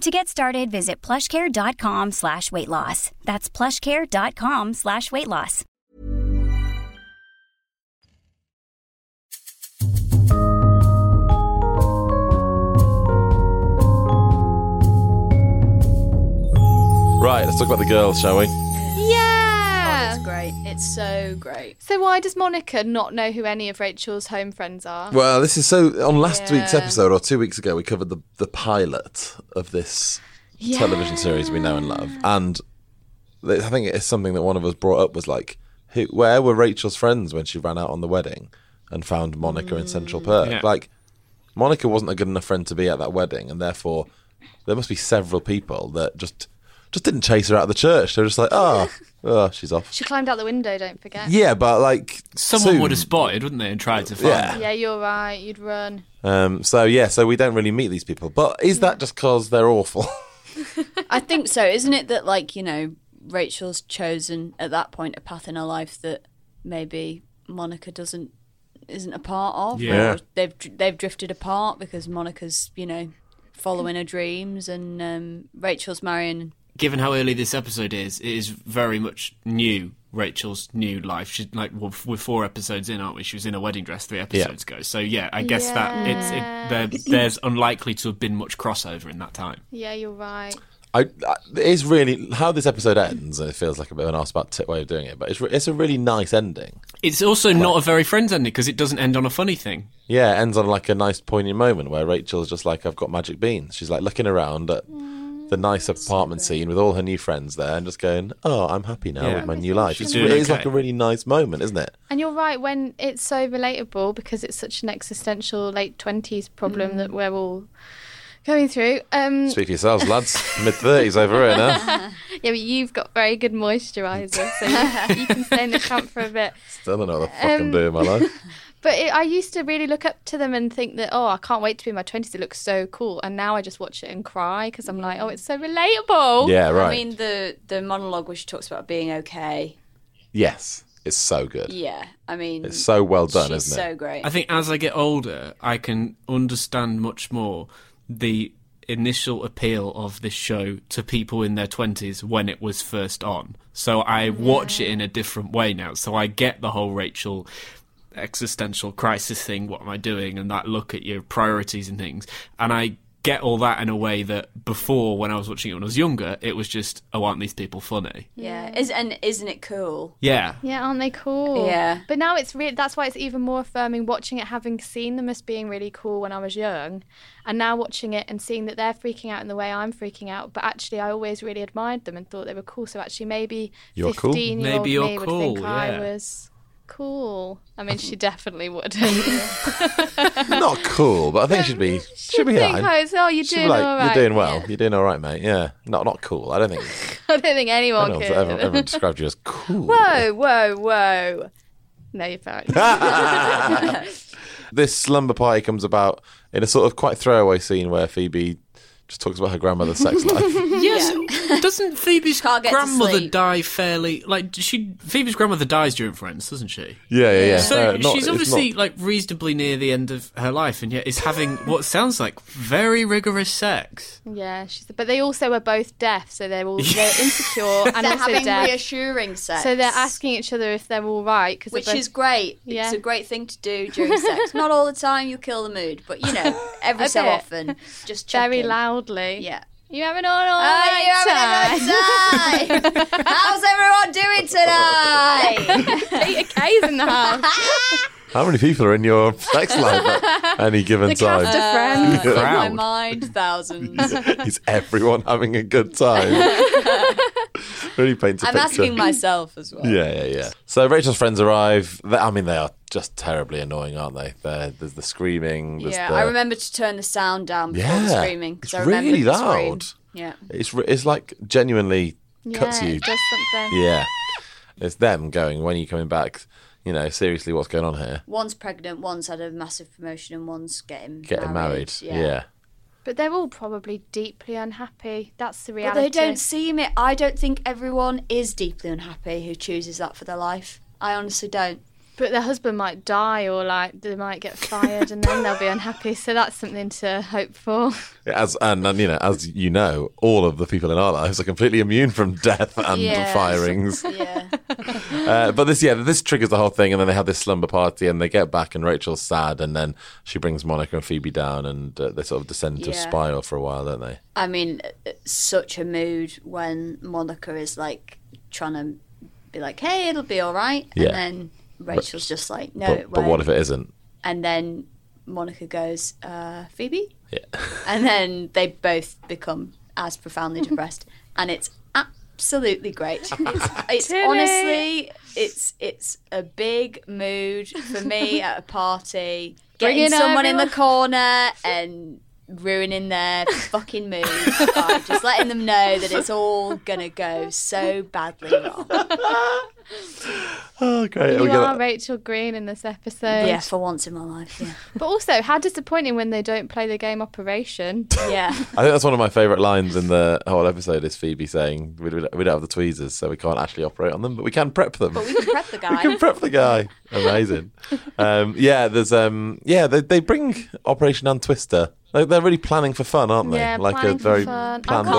S7: To get started, visit plushcare.com slash weight loss. That's plushcare.com slash weight loss.
S3: right. Let's talk about the girls, shall we?
S5: Yeah.
S4: Oh, It's great. It's so great.
S5: So why does Monica not know who any of Rachel's home friends are?
S3: Well, this is so. On last week's episode or two weeks ago, we covered the the pilot of this television series we know and love, and th- I think it's something that one of us brought up was like, who, where were Rachel's friends when she ran out on the wedding and found Monica in Central Perk?
S2: Yeah.
S3: Like, Monica wasn't a good enough friend to be at that wedding, and therefore there must be several people that just just didn't chase her out of the church. They're just like, oh, oh she's off.
S5: she climbed out the window. Don't forget.
S3: Yeah, but like
S2: Someone
S3: soon.
S2: would have spotted, wouldn't they, and tried to find.
S3: Yeah.
S2: her.
S5: Yeah, you're right. You'd run.
S3: Um, so yeah, so we don't really meet these people. But is that just because they're awful? (laughs)
S4: I think so, isn't it? That like you know, Rachel's chosen at that point a path in her life that maybe Monica doesn't isn't a part of.
S3: Yeah.
S4: or they've dr- they've drifted apart because Monica's you know following her dreams and um, Rachel's marrying.
S2: Given how early this episode is, it is very much new. Rachel's new life. She like we're, we're four episodes in, aren't we? She was in a wedding dress three episodes ago. So yeah, I guess that it's it, there, there's unlikely to have been much crossover in that time.
S5: Yeah, you're right.
S3: I, I it's really how this episode ends. It feels like a bit of an arse about tit way of doing it, but it's re- it's a really nice ending.
S2: It's also not a very friends ending because it doesn't end on a funny thing.
S3: Yeah, it ends on like a nice poignant moment where Rachel's just like, I've got magic beans. She's like looking around at the nice apartment scene with all her new friends there and just going, Oh, I'm happy now
S2: Yeah.
S3: with my new life.
S2: She's
S3: It's,
S2: doing
S3: re- it's
S2: okay.
S3: like a really nice moment, isn't it?
S5: And you're right when it's so relatable because it's such an existential late twenties problem
S4: Mm.
S5: that we're all going through. Um,
S3: Speak for yourselves, lads. Mid thirties over
S2: (laughs)
S3: here now.
S5: yeah, but you've got very good moisturiser, so you, you (laughs) can stay in the camp for a bit.
S3: Still don't know what the fuck
S5: Um,
S3: I'm doing in my life.
S5: But it, I used to really look up to them and think that, oh, I can't wait to be in my twenties. It looks so cool. And now I just watch it and cry because I'm like, oh, it's so relatable.
S3: Yeah, right.
S4: Oh, I mean, the the monologue where she talks about being okay.
S3: yes. It's so good.
S4: Yeah, I mean,
S3: It's so well done,
S4: she's
S3: isn't it?
S4: so great.
S2: I think as I get older, I can understand much more the initial appeal of this show to people in their 20s when it was first on. So I watch it in a different way now. So I get the whole Rachel existential crisis thing what am I doing? And that look at your priorities and things. And I get all that in a way that before when I was watching it when I was younger, it was just, oh, aren't these people funny?
S4: yeah, is and isn't it cool?
S2: Yeah.
S5: Yeah, aren't they cool?
S4: Yeah.
S5: But now it's really that's why it's even more affirming watching it having seen them as being really cool when I was young and now watching it and seeing that they're freaking out in the way I'm freaking out, but actually I always really admired them and thought they were cool. So actually maybe
S3: You're cool.
S5: 15 year old
S2: Maybe you're
S5: me would think
S2: cool,
S5: I
S2: yeah.
S5: was cool. I mean
S3: (laughs)
S5: she definitely would.
S3: Not cool, but I think she'd
S4: Um,
S3: be should
S5: (laughs)
S3: be
S5: think
S3: fine.
S5: I was, oh, you're
S3: She'd be
S5: doing
S3: like,
S5: all right.
S3: You're doing well. You're doing all right, mate. Yeah. Not not cool. I don't think
S5: (laughs)
S4: (laughs)
S5: I don't think
S3: I
S5: anyone
S3: don't know if
S5: could.
S3: ever, ever described you as cool.
S5: (laughs) Whoa, whoa, whoa. No,
S3: (laughs)
S5: you're fine.
S3: this slumber party comes about in a sort of quite throwaway scene where Phoebe just talks about her grandmother's
S4: (laughs)
S2: (laughs)
S3: sex life.
S2: Yes. Doesn't Phoebe's
S4: Can't get to
S2: grandmother
S4: sleep.
S2: die fairly? Like she, Phoebe's grandmother dies during Friends, doesn't she?
S3: yeah, yeah, yeah.
S2: So
S3: No, not-
S2: she's
S3: it's
S2: obviously
S3: not-
S2: like reasonably near the end of her life, and yet is having what sounds like very rigorous sex.
S5: Yeah, she's. But they also were both deaf, so they're all they're
S4: (laughs)
S5: insecure and
S4: They're
S5: also
S4: having
S5: deaf.
S4: reassuring sex.
S5: so they're asking each other if they're all right because
S4: which is great.
S5: Yeah.
S4: It's a great thing to do during
S5: (laughs)
S4: sex. Not all the time, you kill the mood, but you know, every
S5: A
S4: so
S5: bit.
S4: often, just check
S5: very
S4: in.
S5: loudly.
S4: Yeah. Oh,
S5: you having an all right
S4: Hi, you
S5: time?
S4: having a good
S5: (laughs)
S4: time? How's everyone doing tonight?
S5: Peter Kay's in the house.
S3: How many people are in your sex life
S4: (laughs)
S3: at any given
S5: the
S3: time?
S5: cast of Friends.
S4: In my
S2: Crowd.
S4: mind, thousands. (laughs)
S3: Is everyone having a good time? really paints a
S4: I'm
S3: picture.
S4: asking myself as well.
S3: Yeah, yeah, yeah. So Rachel's friends arrive. They- I mean, they are just terribly annoying, aren't they? They're, there's the screaming. There's
S4: Yeah,
S3: the,
S4: I remember to turn the sound down before the
S3: Yeah,
S4: screaming because
S3: it's
S4: I remember
S3: really
S4: the scream.
S3: loud.
S4: Yeah,
S3: It's re- it's like genuinely cuts
S5: yeah,
S3: you.
S5: it does something.
S3: Yeah, it's them going. When are you coming back? You know, seriously, what's going on here?
S4: one's pregnant, one's had a massive promotion, and one's getting
S3: Getting married. Yeah.
S5: But they're all probably deeply unhappy. That's the
S4: But
S5: reality.
S4: they don't seem it. I don't think everyone is deeply unhappy who chooses that for their life. I honestly don't.
S5: But their husband might die, or like they might get fired, and then they'll be unhappy. So that's something to hope for.
S3: As and, and you know, as you know, all of the people in our lives are completely immune from death (laughs) and
S4: Yeah.
S3: firings.
S4: (laughs) Yeah.
S3: (laughs) Uh, but this, yeah, this triggers the whole thing, and then they have this slumber party, and they get back, and Rachel's sad, and then she brings Monica and Phoebe down, and uh, they sort of descend into a
S4: Yeah.
S3: spiral for a while, don't they?
S4: I mean, it's such a mood when Monica is like trying to be like, "Hey, it'll be all right,"
S3: Yeah.
S4: and then Rachel's just like, "No, it
S3: but,
S4: won't."
S3: but what if it isn't?
S4: And then Monica goes, uh, "Phoebe,"
S3: Yeah.
S4: and then they both become as profoundly depressed, and it's absolutely great. It's, it's honestly, it's it's a big mood for
S5: (laughs)
S4: me at a party. Getting
S5: Bringing
S4: someone in the
S5: everyone-
S4: corner and ruining their fucking mood by
S5: (laughs)
S4: just letting them know that it's all gonna go so badly wrong.
S3: (laughs) Oh, great.
S5: You
S3: we
S5: are
S3: got it.
S5: Rachel Green in this episode.
S4: Yeah, for once in my life. Yeah,
S5: But also, how disappointing when they don't play the game Operation. (laughs)
S4: yeah.
S3: I think that's one of my favourite lines in the whole episode is Phoebe saying, we, we don't we don't have the tweezers, so we can't actually operate on them, but we can prep them. (laughs)
S4: But we can
S5: (laughs)
S4: prep the
S3: We
S4: guy.
S3: can prep the guy. Amazing.
S4: (laughs)
S3: um, yeah, there's um, yeah, they, they bring Operation and Twister. They, they're really planning for fun, aren't they?
S5: Yeah,
S3: like a
S5: planning for
S3: very
S5: fun. I
S3: planned,
S4: can't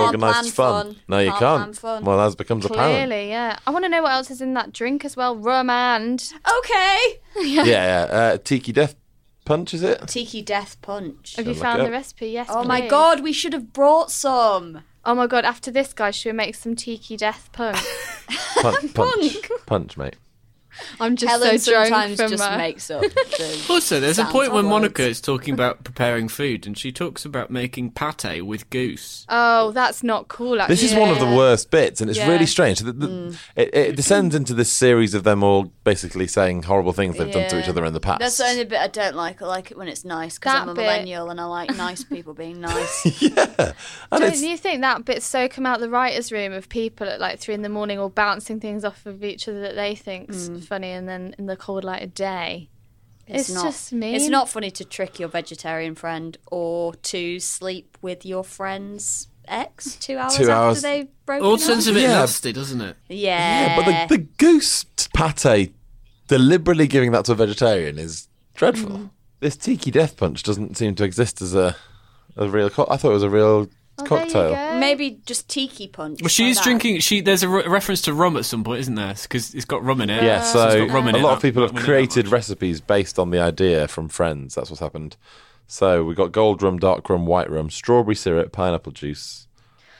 S4: plan
S3: organised fun.
S4: fun.
S3: No, you
S4: Can't
S3: can't.
S4: plan fun.
S3: Well, as becomes apparent.
S5: Clearly, yeah. I want to know what else is in that drink as well. Rum and
S4: Okay. (laughs)
S3: Yeah, yeah. Uh, Tiki Death Punch, is it?
S4: Tiki death punch.
S5: have you
S3: look
S5: found
S3: it
S5: the
S3: up.
S5: recipe? Yes.
S4: Oh my
S5: please.
S4: god, we should have brought some.
S5: oh my god, after this, guys, should we make some tiki death punk?
S4: (laughs)
S3: Punch, punch, (laughs) punch, mate.
S5: I'm just
S4: Helen
S5: so drunk
S4: sometimes
S5: from
S4: just
S5: uh,
S4: makes up. the
S2: Also, there's a
S4: sounds
S2: point when
S4: of
S2: Monica
S4: words.
S2: is talking about preparing food, and she talks about making pate with goose.
S5: Oh, that's not cool.
S4: Uh,
S5: Actually,
S3: This is one of the worst bits, and it's
S5: Yeah.
S3: really strange. The- the-
S4: Mm.
S3: it, it descends into this series of them all basically saying horrible things they've done to each
S4: Yeah.
S3: other in the past.
S4: That's the only bit I don't like. I like it when it's nice because
S5: That
S4: I'm a
S5: bit.
S4: millennial and I like nice people being nice.
S3: and
S5: Don't
S3: it's,
S5: you think that bit's so come out the writers' room of people at like three in the morning all bouncing things off of each other that they think's funny, and then in the cold light of day, it's, just me.
S4: Mm. It's not funny to trick your vegetarian friend or to sleep with your friend's ex two hours
S3: Two
S4: after
S3: hours.
S4: they've broken
S2: All
S4: up.
S2: sounds a bit
S3: Yeah.
S2: nasty, doesn't it?
S4: yeah.
S3: yeah, but the, the goose pate, deliberately giving that to a vegetarian is dreadful.
S4: Mm.
S3: This tiki death punch doesn't seem to exist as a a real. Co- I thought it was a real
S5: Oh, there you
S3: cocktail.
S5: go.
S4: Maybe just tiki punch.
S2: Well, she's
S4: like that.
S2: drinking. She there's a re- reference to rum at some point, isn't there? Because it's got rum in it.
S3: Yeah, so
S2: it's got rum in
S3: a
S2: it,
S3: lot
S2: not-
S3: of people
S2: not in
S3: have
S2: it that
S3: created
S2: much.
S3: recipes based on the idea from friends. That's what's happened. So we've got gold rum, dark rum, white rum, strawberry syrup, pineapple juice,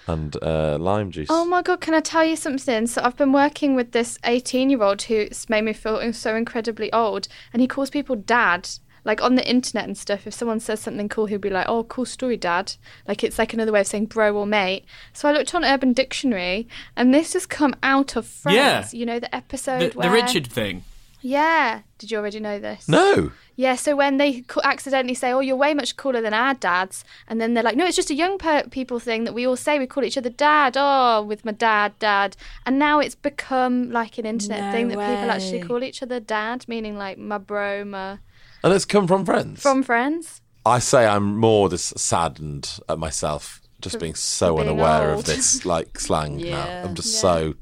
S3: and uh, lime juice.
S5: Oh my god, can I tell you something? So I've been working with this 18-year-old who's made me feel so incredibly old, and he calls people dad. Like on the internet and stuff, if someone says something cool, he'll be like, "Oh, cool story, dad." Like it's like another way of saying bro or mate. So I looked on Urban Dictionary, and this has come out of Friends.
S2: Yeah.
S5: You know the episode
S2: The, the
S5: where
S2: Richard thing.
S5: Yeah. Did you already know this?
S3: no,
S5: Yeah, so when they co- accidentally say, "Oh, you're way much cooler than our dads," and then they're like, "No, it's just a young per- people thing that we all say. We call each other dad. Oh, with my dad, dad." And now it's become like an internet
S4: No
S5: thing that people actually
S4: way.
S5: call each other dad, meaning like my bro, my
S3: and it's come from friends.
S5: from friends.
S3: I say I'm more just saddened at myself just being so
S5: for being
S3: unaware of
S5: old. (laughs)
S3: this like slang now. I'm just
S5: Yeah.
S3: so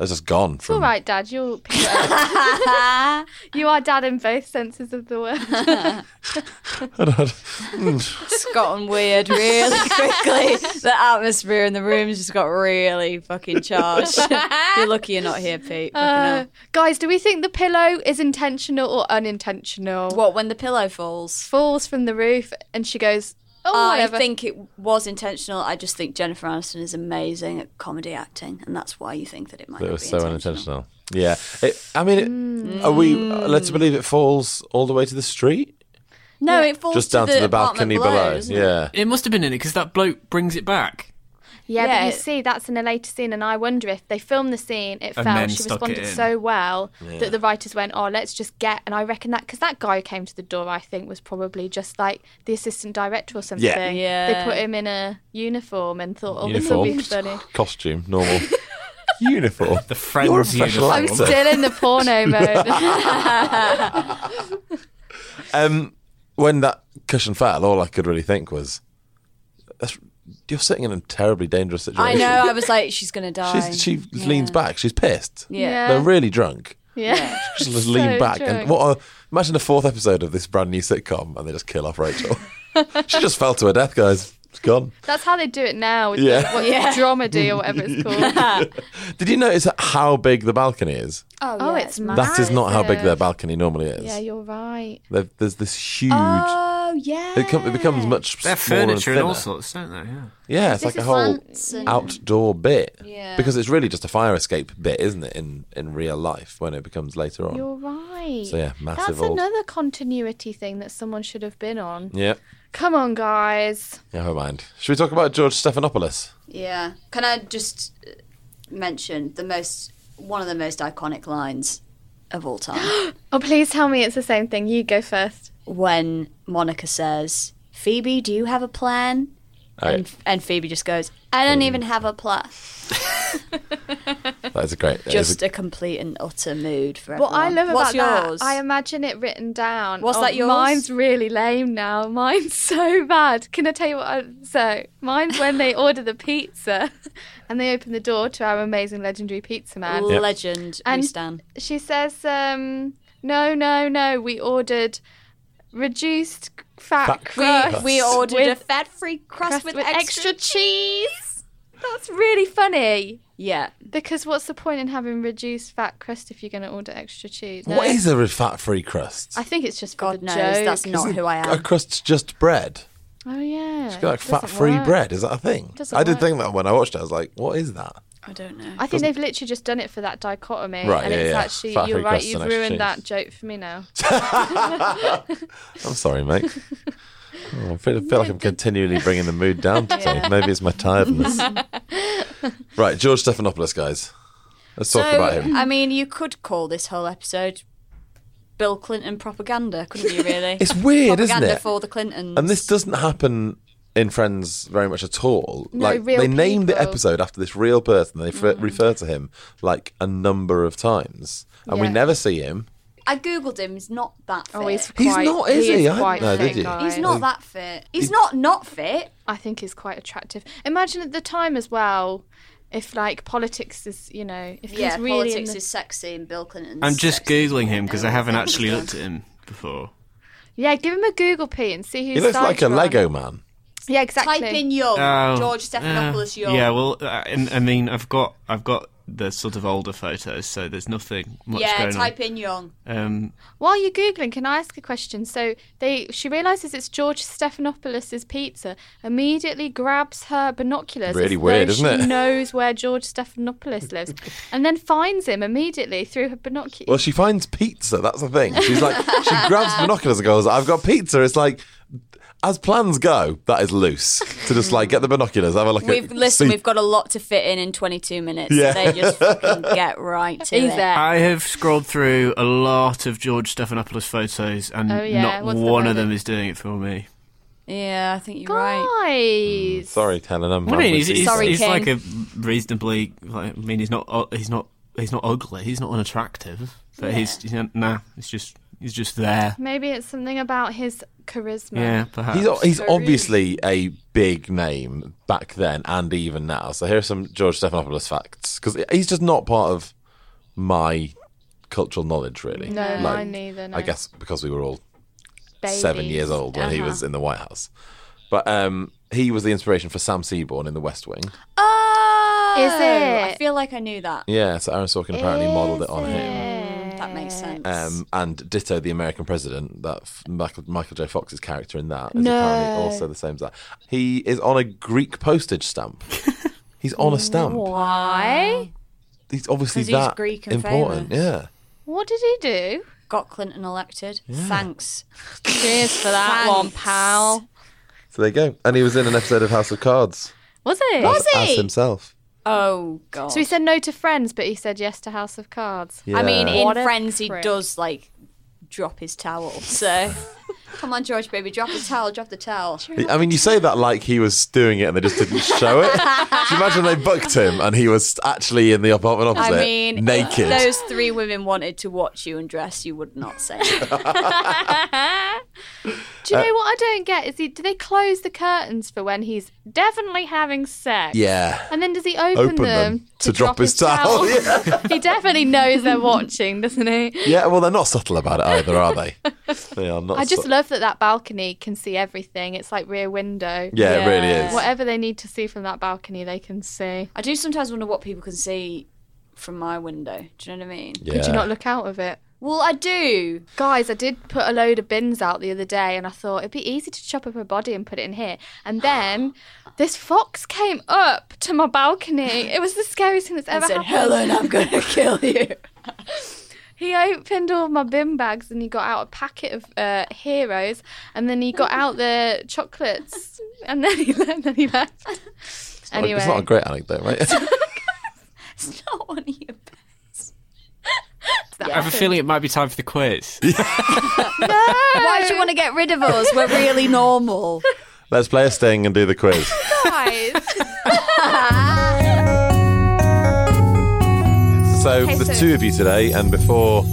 S3: it's just gone
S5: It's all
S3: from (laughs)
S5: right, dad. You'll pick it up. (laughs) you are dad in both senses of the word.
S4: It's gotten weird really quickly. the atmosphere in the room's just got really fucking
S5: (laughs)
S4: charged. you're lucky you're not here, Pete. Fucking hell.
S5: Uh, Guys, do we think the pillow is intentional or unintentional?
S4: What when the pillow falls?
S5: falls from the roof and she goes, "Oh,
S4: I
S5: whatever."
S4: think it was intentional. I just think Jennifer Aniston is amazing at comedy acting, and that's why you think that it might.
S3: It
S4: not
S3: was
S4: be
S3: so unintentional. Yeah, it, I mean, it, are we? uh,
S5: Mm.
S3: Let's believe it falls all the way to the street,
S4: No, it falls
S3: just
S4: to
S3: down to the,
S4: apartment
S3: balcony below.
S4: doesn't it?
S3: yeah,
S2: It must have been in it because that bloke brings it back.
S5: Yeah, but
S4: Yeah.
S5: you see, that's in a later scene, and I wonder if they filmed the scene, it
S2: And
S5: fell.
S2: then
S5: She
S2: stuck it
S5: responded
S2: in.
S5: so well that the writers went, "Oh, let's just get." And I reckon that because that guy who came to the door, I think, was probably just like the assistant director or something.
S4: Yeah.
S5: They put him in a uniform and thought, "Oh,
S3: uniform,
S5: this will be funny."
S3: costume, normal uniform.
S2: The friends
S3: You're a professional
S2: uniform.
S5: I'm
S3: actor.
S5: still in the
S3: (laughs)
S5: porno mode.
S3: Um, when that cushion fell, all I could really think was, That's, "You're sitting in a terribly dangerous
S4: I
S3: situation."
S4: know. I was like, she's gonna die.
S3: She's, she leans back. She's pissed.
S4: Yeah.
S3: They're really drunk.
S5: yeah.
S3: Just lean
S5: So
S3: back
S5: drunk.
S3: and what? A, imagine a fourth episode of this brand new sitcom, and they just kill off Rachel. she just fell to her death, guys. It's gone.
S5: (laughs) That's how they do it now. With
S3: Yeah.
S5: yeah. What, Dramedy or whatever
S3: (laughs)
S5: it's called.
S3: Did you notice how big the balcony is?
S4: Oh,
S5: Oh,
S4: yeah,
S5: it's mad.
S3: That is not how big their
S5: Massive.
S3: balcony normally is.
S5: Yeah, you're right.
S3: There- There's this huge.
S4: Oh yeah.
S3: it, com- it becomes much
S2: They're
S3: smaller and
S2: furniture and all
S3: thinner.
S2: sorts, don't they? Yeah.
S3: Yeah, it's
S4: This
S3: like a
S4: is
S3: whole
S4: fancy.
S3: outdoor bit.
S4: Yeah.
S3: Because it's really just a fire escape bit, isn't it? In in real life, when it becomes later on.
S5: You're right.
S3: So, yeah, massive
S5: That's
S3: old-
S5: another continuity thing that someone should have been on.
S3: Yeah.
S5: Come on, guys.
S3: Never mind. Should we talk about George Stephanopoulos?
S4: Yeah. Can I just uh, mention the most one of the most iconic lines of all time
S5: Oh, please tell me it's the same thing. You go first.
S4: when Monica says, "Phoebe, do you have a plan?" And, and Phoebe just goes, "I don't even have a plan."
S3: That is a great. that is
S4: Just a complete and utter mood for
S5: What
S4: everyone.
S5: I love
S4: What's
S5: about
S4: yours?
S5: that, I imagine it written down. Oh,
S4: What's that yours?
S5: Mine's really lame now. (laughs) Mine's so bad. Can I tell you what? I, so mine's
S4: (laughs)
S5: when they order the pizza, (laughs) and they open the door to our amazing legendary pizza man.
S4: legend.
S5: And-
S4: we stand.
S5: She says, um, "No, no, no. We ordered reduced fat,
S3: Fat
S5: crust.
S4: We ordered
S5: with
S4: a fat-free crust,
S5: crust
S4: with,
S5: with
S4: extra,
S5: extra cheese. That's really funny.
S4: Yeah.
S5: Because what's the point in having reduced fat crust if you're going to order extra cheese?
S3: a, what is a fat free crust?
S5: I think it's just for
S4: God
S5: the
S4: knows
S2: (laughs)
S5: joke.
S4: that's not who I
S3: a
S4: am.
S3: crust's just bread.
S5: Oh yeah.
S3: It's got like
S5: It doesn't
S3: fat free
S5: work.
S3: bread. Is that a thing?
S5: Doesn't
S3: I did
S5: work.
S3: think that when I watched it. I was like, what is that?
S4: I don't know.
S5: I think they've literally just done it for that dichotomy,
S3: Right,
S5: and
S3: yeah,
S5: it's
S3: yeah.
S5: actually
S3: Fat
S5: you're
S3: free
S5: right.
S3: crust
S5: You've
S3: and extra
S5: ruined that
S3: cheese.
S5: joke for me now.
S3: I'm sorry, mate. Oh, I feel, I feel like I'm continually bringing the mood down today. Maybe it's my tiredness. right, George Stephanopoulos, guys. Let's talk
S4: so,
S3: about him.
S4: I mean, you could call this whole episode Bill Clinton propaganda, couldn't you? Really?
S3: It's weird, isn't
S4: propaganda
S3: it?
S4: for the Clintons.
S3: And this doesn't happen in Friends very much at all.
S5: No,
S3: like
S5: real
S3: they named the
S5: people.
S3: episode after this real person. They f- refer to him like a number of times, and we
S5: Yeah.
S3: never see him.
S4: I googled him. He's not that fit.
S5: Oh, he's quite.
S3: He's not, is he? I
S5: Is
S3: didn't
S5: quite
S3: know, did
S5: fit,
S3: you?
S5: guys.
S4: He's not that fit. He's not not fit.
S5: I think he's quite attractive. Imagine at the time as well, if like politics is, you know, if
S4: Yeah,
S5: he's really
S4: politics
S5: in the-
S4: is sexy, and Bill Clinton's.
S2: I'm just
S4: sexy.
S2: googling him because I
S4: Yeah,
S2: haven't
S4: thanks,
S2: actually
S4: John.
S2: looked at him before.
S5: yeah, give him a Google P and see who
S3: He looks like a Lego man.
S5: Yeah, exactly.
S4: Type in young
S2: Oh,
S4: George Stephanopoulos.
S2: uh,
S4: young.
S2: Yeah, well, uh, and, I mean, I've got I've got the sort of older photos, so there's nothing much
S4: yeah.
S2: going
S4: Type in young.
S2: on. Um,
S5: While you're googling, can I ask a question? So they, she realizes it's George Stephanopoulos' pizza. Immediately grabs her binoculars.
S3: Really
S5: as
S3: weird,
S5: though
S3: isn't
S5: she
S3: it?
S5: Knows where George
S3: (laughs)
S5: Stephanopoulos lives, and then finds him immediately through her binoculars.
S3: Well, she finds pizza. That's the thing. She's like, she grabs binoculars and goes, "I've got pizza." It's like, as plans go, that is loose to just like get the binoculars, have a look
S4: We've
S3: at.
S4: listen.
S3: see-
S4: We've got a lot to fit in in 22 minutes.
S3: Yeah.
S4: So they
S3: (laughs)
S4: just fucking get right to
S5: He's
S4: it.
S5: there.
S2: I have scrolled through a lot of George Stephanopoulos photos, and
S5: Oh, yeah,
S2: not
S5: what's the
S2: one of
S5: verdict?
S2: them is doing it for me.
S4: Yeah, I think you're
S5: Guys,
S4: right.
S2: Mm.
S3: Sorry, Helen. I'm
S2: I mean, he's, he's,
S4: Sorry,
S2: he's
S4: Ken.
S2: like a reasonably. Like, I mean, he's not. u- He's not. He's not ugly. He's not unattractive. But he's you know, nah. He's just. He's just there.
S5: maybe it's something about his charisma.
S2: Yeah, perhaps.
S3: He's, he's
S5: Sorry.
S3: obviously a big name back then and even now. So here are some George Stephanopoulos facts because he's just not part of my cultural knowledge, really.
S5: No, mine neither, no.
S3: I guess because we were all
S5: Babies.
S3: seven years old when he
S4: Uh-huh.
S3: was in the White House. But um, he was the inspiration for Sam Seaborn in The West Wing.
S4: Oh,
S5: Is
S4: I
S5: it?
S4: feel like I knew that.
S3: Yeah, so Aaron Sorkin apparently modelled it on him.
S4: That makes sense.
S3: Um, and Ditto, the American President, that f- Michael, Michael J. Fox's character in that is
S5: No.
S3: apparently also the same as that. He is on a Greek postage
S4: (laughs)
S3: stamp. he's on a stamp.
S5: Why?
S3: He's obviously
S4: 'Cause he's
S3: that
S4: Greek and
S3: important. Yeah.
S5: What did he do?
S4: Got Clinton elected. Thanks.
S5: (laughs) Cheers for that
S4: Thanks.
S5: one, pal.
S3: So there you go. And he was in an episode of House of Cards
S5: Was it?
S3: as,
S4: he?
S3: as himself.
S4: Oh god.
S5: So he said no to friends, but he said yes to House of Cards.
S3: Yeah.
S4: I mean, in
S5: What a
S4: Friends, he
S5: prick.
S4: does like drop his towel. So, come on, George, baby, drop the towel, drop the towel.
S3: I mean, you say that like he was doing it and they just didn't show
S5: (laughs)
S3: it. Do you imagine they booked him and he was actually in the apartment
S4: I
S3: opposite,
S4: mean,
S3: naked?
S4: if those three women wanted to watch you and dress. You would not
S3: (laughs)
S5: (laughs)
S4: say. no.
S3: Uh,
S5: Do you know what I don't get? Is he? Do they close the curtains for when he's definitely having sex?
S3: Yeah.
S5: And then does he open,
S3: Open them to drop his towel. (laughs) Yeah.
S5: (laughs) he definitely knows they're watching, doesn't he?
S3: Yeah, well, they're not subtle about it either, are
S5: (laughs)
S3: they? They are not.
S5: I just
S3: subtle.
S5: love that that balcony can see everything. It's like rear window.
S3: Yeah, it really
S4: Yeah.
S3: is.
S5: Whatever they need to see from that balcony, they can see.
S4: I do sometimes wonder what people can see from my window. Do you know what I mean?
S3: Yeah.
S5: Could you not look out of it?
S4: Well, I do.
S5: Guys, I did put a load of bins out the other day and I thought it'd be easy to chop up a body and put it in here.
S4: (gasps)
S5: And then this fox came up to my balcony. It was the scariest thing that's ever
S4: I said,
S5: happened.
S4: Helen, I'm gonna kill you. (laughs)
S5: He opened all my bin bags and he got out a packet of uh, heroes and then he
S4: (laughs)
S5: got out the chocolates and then he (laughs) left. Then he left. anyway,
S3: It's not a great anecdote, right?
S5: (laughs)
S3: (laughs)
S4: It's not one of your best.
S2: I have a feeling it might be time for the quiz.
S4: Why do you want to get rid of us? We're
S5: (laughs)
S4: really normal.
S3: Let's play a sting and do the quiz.
S5: guys.
S3: So
S5: Okay,
S3: the
S5: so-
S3: two of you today, and before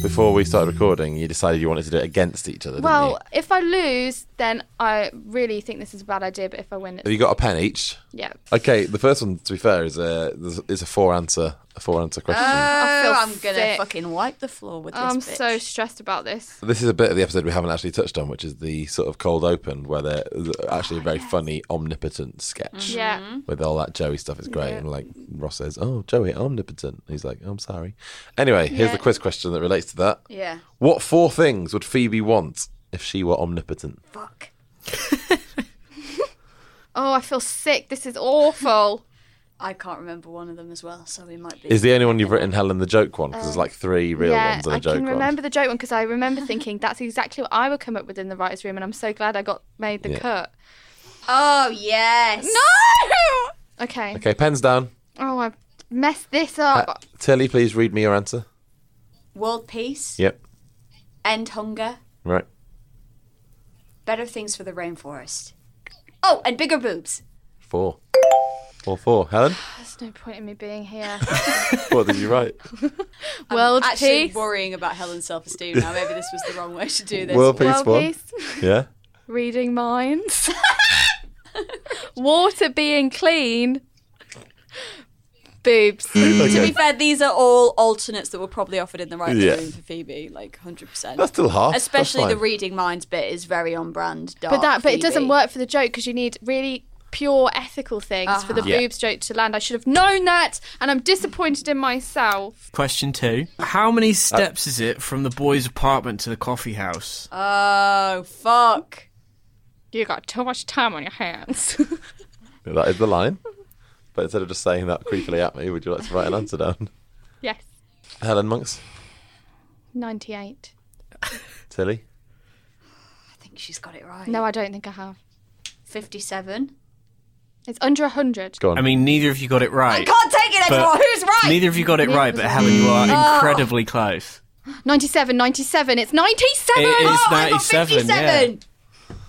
S3: before we started recording, you decided you wanted to do it against each other. didn't you?
S5: well, if I lose, then I really think this is a bad idea. But if I win,
S3: have (laughs)
S5: it's,
S3: you got a pen each?
S5: yeah.
S3: Okay, the first one, to be fair, is a is a four answer a four answer question.
S4: I feel
S5: Oh,
S4: I'm gonna
S5: sick.
S4: fucking wipe the floor with this.
S5: I'm
S4: bitch.
S5: so stressed about this.
S3: this is a bit of the episode we haven't actually touched on, which is the sort of cold open, where they're there's actually a very funny omnipotent sketch
S5: Yeah.
S3: with all that Joey stuff. is great, and like Ross says, "Oh, Joey, omnipotent." And he's like, "I'm sorry." Anyway, here's the quiz question that relates to that.
S4: Yeah.
S3: What four things would Phoebe want if she were omnipotent?
S4: Fuck.
S5: (laughs) Oh, I feel sick. This is awful.
S4: I can't remember one of them as well, so we might be.
S3: Is the only one you've written Helen the joke one? Because there's like three real
S5: yeah,
S3: ones and a
S5: I
S3: joke
S5: can
S3: one.
S5: remember the joke one because I remember thinking that's exactly what I would come up with in the writers' room, and I'm so glad I got made the
S3: Yeah.
S5: cut.
S4: Oh yes.
S5: No. Okay.
S3: Okay, pens down.
S5: Oh, I messed this up.
S3: Uh, Tilly, please read me your answer.
S4: World peace,
S3: Yep.
S4: end hunger,
S3: Right.
S4: better things for the rainforest. Oh, and bigger boobs.
S3: Four. Four, four. Helen,
S5: There's no point in me
S4: (laughs)
S5: being here.
S3: what did you write?
S5: World
S4: Actually,
S5: peace.
S4: worrying about Helen's self-esteem now. Maybe this was the wrong way to (laughs) do this.
S3: World peace
S5: World
S3: one. (laughs)
S5: peace.
S3: Yeah.
S5: Reading
S4: (laughs)
S5: minds. Water being clean. Boobs.
S4: to be fair, these are all alternates that were probably offered in the right
S3: (laughs) Yeah.
S4: room for Phoebe, like hundred percent.
S3: That's still half. That's
S4: Especially the
S3: fine.
S4: reading minds bit is very on brand. Dark
S5: But that, but it doesn't
S4: Phoebe.
S5: work for the joke because you need really pure ethical things for
S4: Uh-huh.
S5: the
S3: Yeah.
S5: boobs joke to land. I should have known that, and I'm disappointed in myself.
S2: Question two. How many steps is it from the boy's apartment to the coffee house?
S4: Oh fuck!
S5: You got too much time on
S4: (laughs)
S5: your hands.
S3: That is the line. But instead of just saying that creepily at me, would you like to write an answer down?
S5: yes,
S3: Helen Monks,
S5: ninety-eight.
S3: Tilly,
S4: I think she's got it right.
S5: No, I don't think I have.
S4: fifty-seven.
S5: It's under hundred.
S3: go on.
S2: I mean, neither of you got it right. Oh.
S4: I can't take it
S2: But
S4: anymore. Who's right?
S2: Neither of you got it right, but Helen, you are incredibly close.
S5: 97, 97. It's ninety-seven.
S2: It is
S5: Oh,
S4: I got
S2: 97. Yeah.
S4: fifty-seven.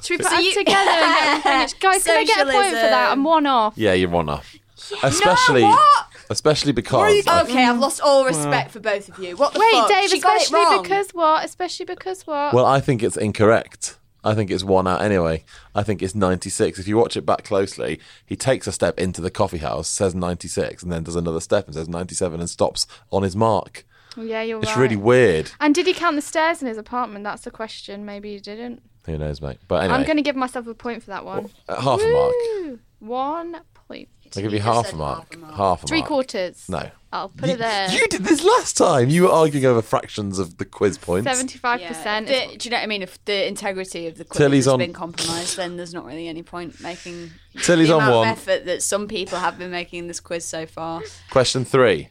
S5: should we put us
S4: (laughs)
S5: together? and get a point? Guys, can I get a point for that?
S4: Socialism.
S5: I'm one off.
S3: yeah, you're one off. Especially,
S4: what?
S3: especially because
S4: Okay, I've lost all respect for both of you. What the
S5: Wait,
S4: fuck?
S5: Dave.
S4: she got it
S5: Especially
S4: wrong.
S5: because what? Especially because
S3: (laughs)
S5: what?
S3: Well, I think it's incorrect. I think it's one out anyway. I think it's 96. If you watch it back closely, he takes a step into the coffee house, says 96, and then does another step and says 97 and stops on his mark.
S5: Well, yeah, you're
S3: It's
S5: right.
S3: really weird.
S5: And did he count the stairs in his apartment? That's the question. Maybe he didn't.
S3: Who knows, mate? But anyway,
S5: I'm going to give myself a point for that one.
S3: uh, half a mark.
S5: Woo! One point.
S3: I'll give you
S4: just
S3: half
S4: said
S3: a mark.
S4: half a mark.
S3: Half a
S5: Three
S3: mark.
S5: quarters.
S3: No.
S5: I'll put it there.
S3: You did this last time. You were arguing over fractions of the quiz points.
S5: 75%.
S4: Yeah,
S5: It's-
S4: the- do you know what I mean? If the integrity of the quiz
S3: Tilly's
S4: has
S3: on-
S4: been compromised, then there's not really any point making
S3: Tilly's
S4: the
S3: on
S4: amount
S3: one.
S4: of effort that some people have been making in this quiz so far.
S3: Question three.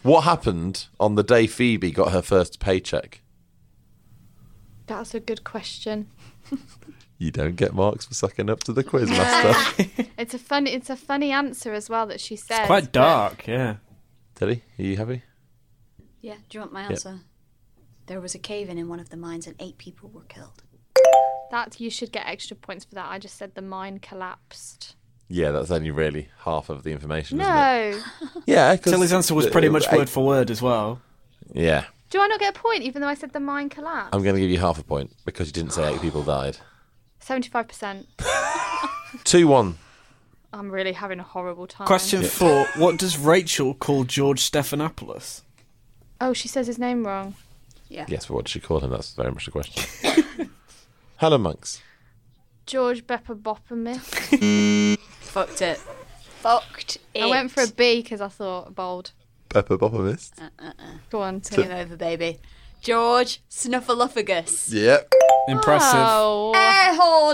S3: What happened on the day Phoebe got her first paycheck?
S5: That's a good question.
S3: You don't get marks for sucking up to the quiz master. (laughs)
S5: It's a funny. It's a funny answer as well that she says.
S2: Quite
S5: but-
S2: dark, yeah.
S3: Tilly, are you happy?
S4: Yeah, do you want my answer? There was a cave in in one of the mines and eight people were killed.
S5: That you should get extra points for that. I just said the mine collapsed.
S3: Yeah, that's only really half of the information, isn't
S5: No.
S3: it? Yeah, 'cause-
S2: Tilly's answer was pretty much
S3: I-
S2: word for word as well.
S3: Yeah,
S5: Do I not get a point even though I said the mine collapsed?
S3: I'm going to give you half a point because you didn't say eight people died.
S5: Seventy-five percent.
S3: Two one.
S5: I'm really having a horrible time.
S2: Question four. What does Rachel call George Stephanopoulos?
S5: Oh, she says his name wrong.
S3: Yes, but what did she call him? That's very much the question. (laughs) Hello, monks.
S5: George Bepper Boppermith.
S4: (laughs) Fucked it. Fucked it.
S5: I went for a B because I thought bold.
S3: Pepper Boppermist.
S5: Go on.
S4: Game over, baby. George Snuffleupagus.
S3: Yep.
S2: Impressive.
S5: Oh.
S4: Eh, Oh,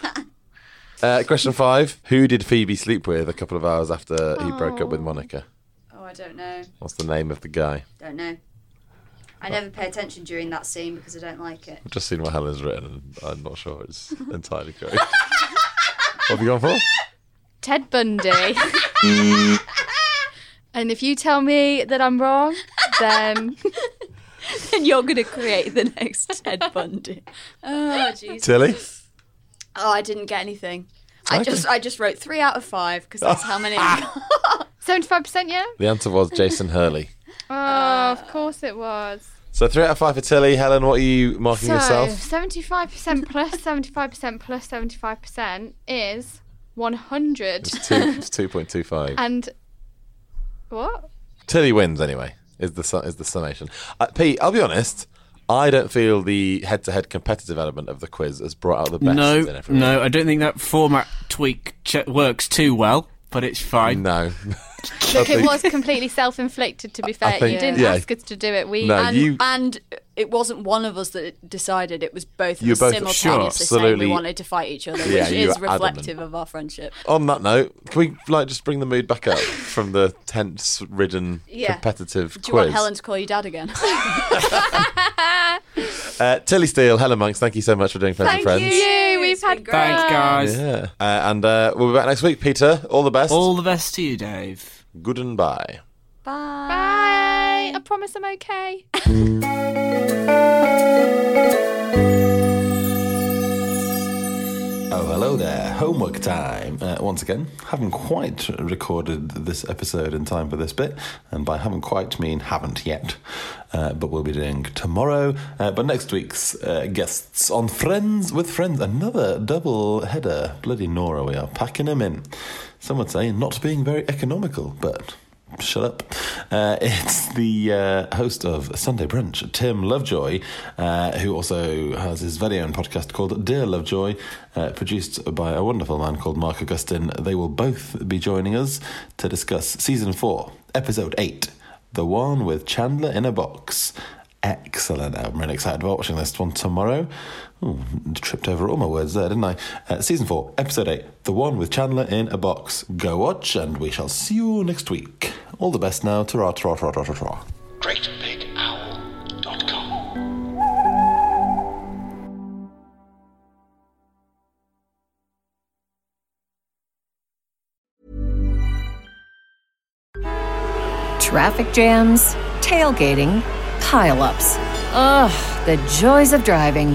S4: noise. (laughs)
S3: Uh, question five: Who did Phoebe sleep with a couple of hours after he broke up with Monica?
S4: oh, I don't know.
S3: What's the name of the guy?
S4: Don't know. I never pay attention during that scene because I don't like it.
S3: I've just seen what Helen's written, and I'm not sure it's (laughs) entirely correct. what have you gone
S4: (laughs)
S3: for?
S5: Ted (laughs) Bundy. and if you tell me that I'm wrong, (laughs) then
S4: And you're going to create the next Ted Bundy. Oh, jeez.
S3: Tilly.
S4: Oh, I didn't get anything. I just I just wrote three out of five because that's how many.
S5: 75%, yeah?
S3: The answer was Jason Hurley.
S5: Oh, of course it was.
S3: So three out of five for Tilly. Helen, what are you marking
S5: So,
S3: yourself?
S5: 75% plus 75% plus 75% is 100.
S3: It's two, it's two point two five.
S5: And what?
S3: Tilly wins anyway. Is the su- is the summation? Uh, Pete, I'll be honest. I don't feel the head-to-head competitive element of the quiz has brought out the best in
S2: No,
S3: everyone.
S8: (laughs)
S2: no, I don't think that format tweak ch- works too well, but it's fine.
S3: no.
S5: Look,
S9: I
S5: it
S9: think-
S5: was completely self-inflicted. To be fair, you
S9: think-
S5: didn't
S9: yeah.
S5: ask us to do it. We
S9: No,
S8: and,
S9: you-
S8: and it wasn't one of us that decided. It was both of
S9: You
S8: us
S9: both-
S8: simultaneously
S9: Sure,
S8: saying we
S9: absolutely.
S8: wanted to fight each other,
S9: Yeah,
S8: which
S9: you
S8: is
S9: were adamant.
S8: reflective of our friendship.
S9: On that note, can we like just bring the mood back up from the tense-ridden,
S8: Yeah.
S9: competitive
S8: Do you
S9: quiz?
S8: want Helen to call you dad again?
S9: Uh, Tilly Steele, Helen Monks, thank you so much for doing Pleasant
S5: Thank
S9: Friends.
S5: you. We've had
S2: Thanks, guys.
S9: Yeah, uh, and uh, we'll be back next week, Peter. All the best.
S2: All the best to you, Dave.
S9: good and bye.
S5: Bye. I promise I'm okay.
S3: Oh, hello there. Homework time. Uh, once again, haven't quite recorded this episode in time for this bit, and by haven't quite mean haven't yet. Uh, but we'll be doing tomorrow. Uh, but next week's uh, guests on Friends with Friends, another double header. Bloody Nora, we are packing them in. Some would say not being very economical, but Shut up. Uh, it's the uh, host of Sunday Brunch, Tim Lovejoy, uh, who also has his very own podcast called Dear Lovejoy, uh, produced by a wonderful man called Mark Augustine. They will both be joining us to discuss season four, episode eight, the one with Chandler in a box. Excellent. I'm really excited about watching this one tomorrow. Ooh, tripped over all my words there, didn't I? Uh, season 4, Episode 8, The One with Chandler in a Box. Go watch, and we shall see you next week. All the best now. Ta-ra, ta-ra, ta-ra, ta-ra, ta-ra.
S4: GreatBigOwl.com.
S7: Traffic jams, tailgating, pileups. Ugh, the joys of driving.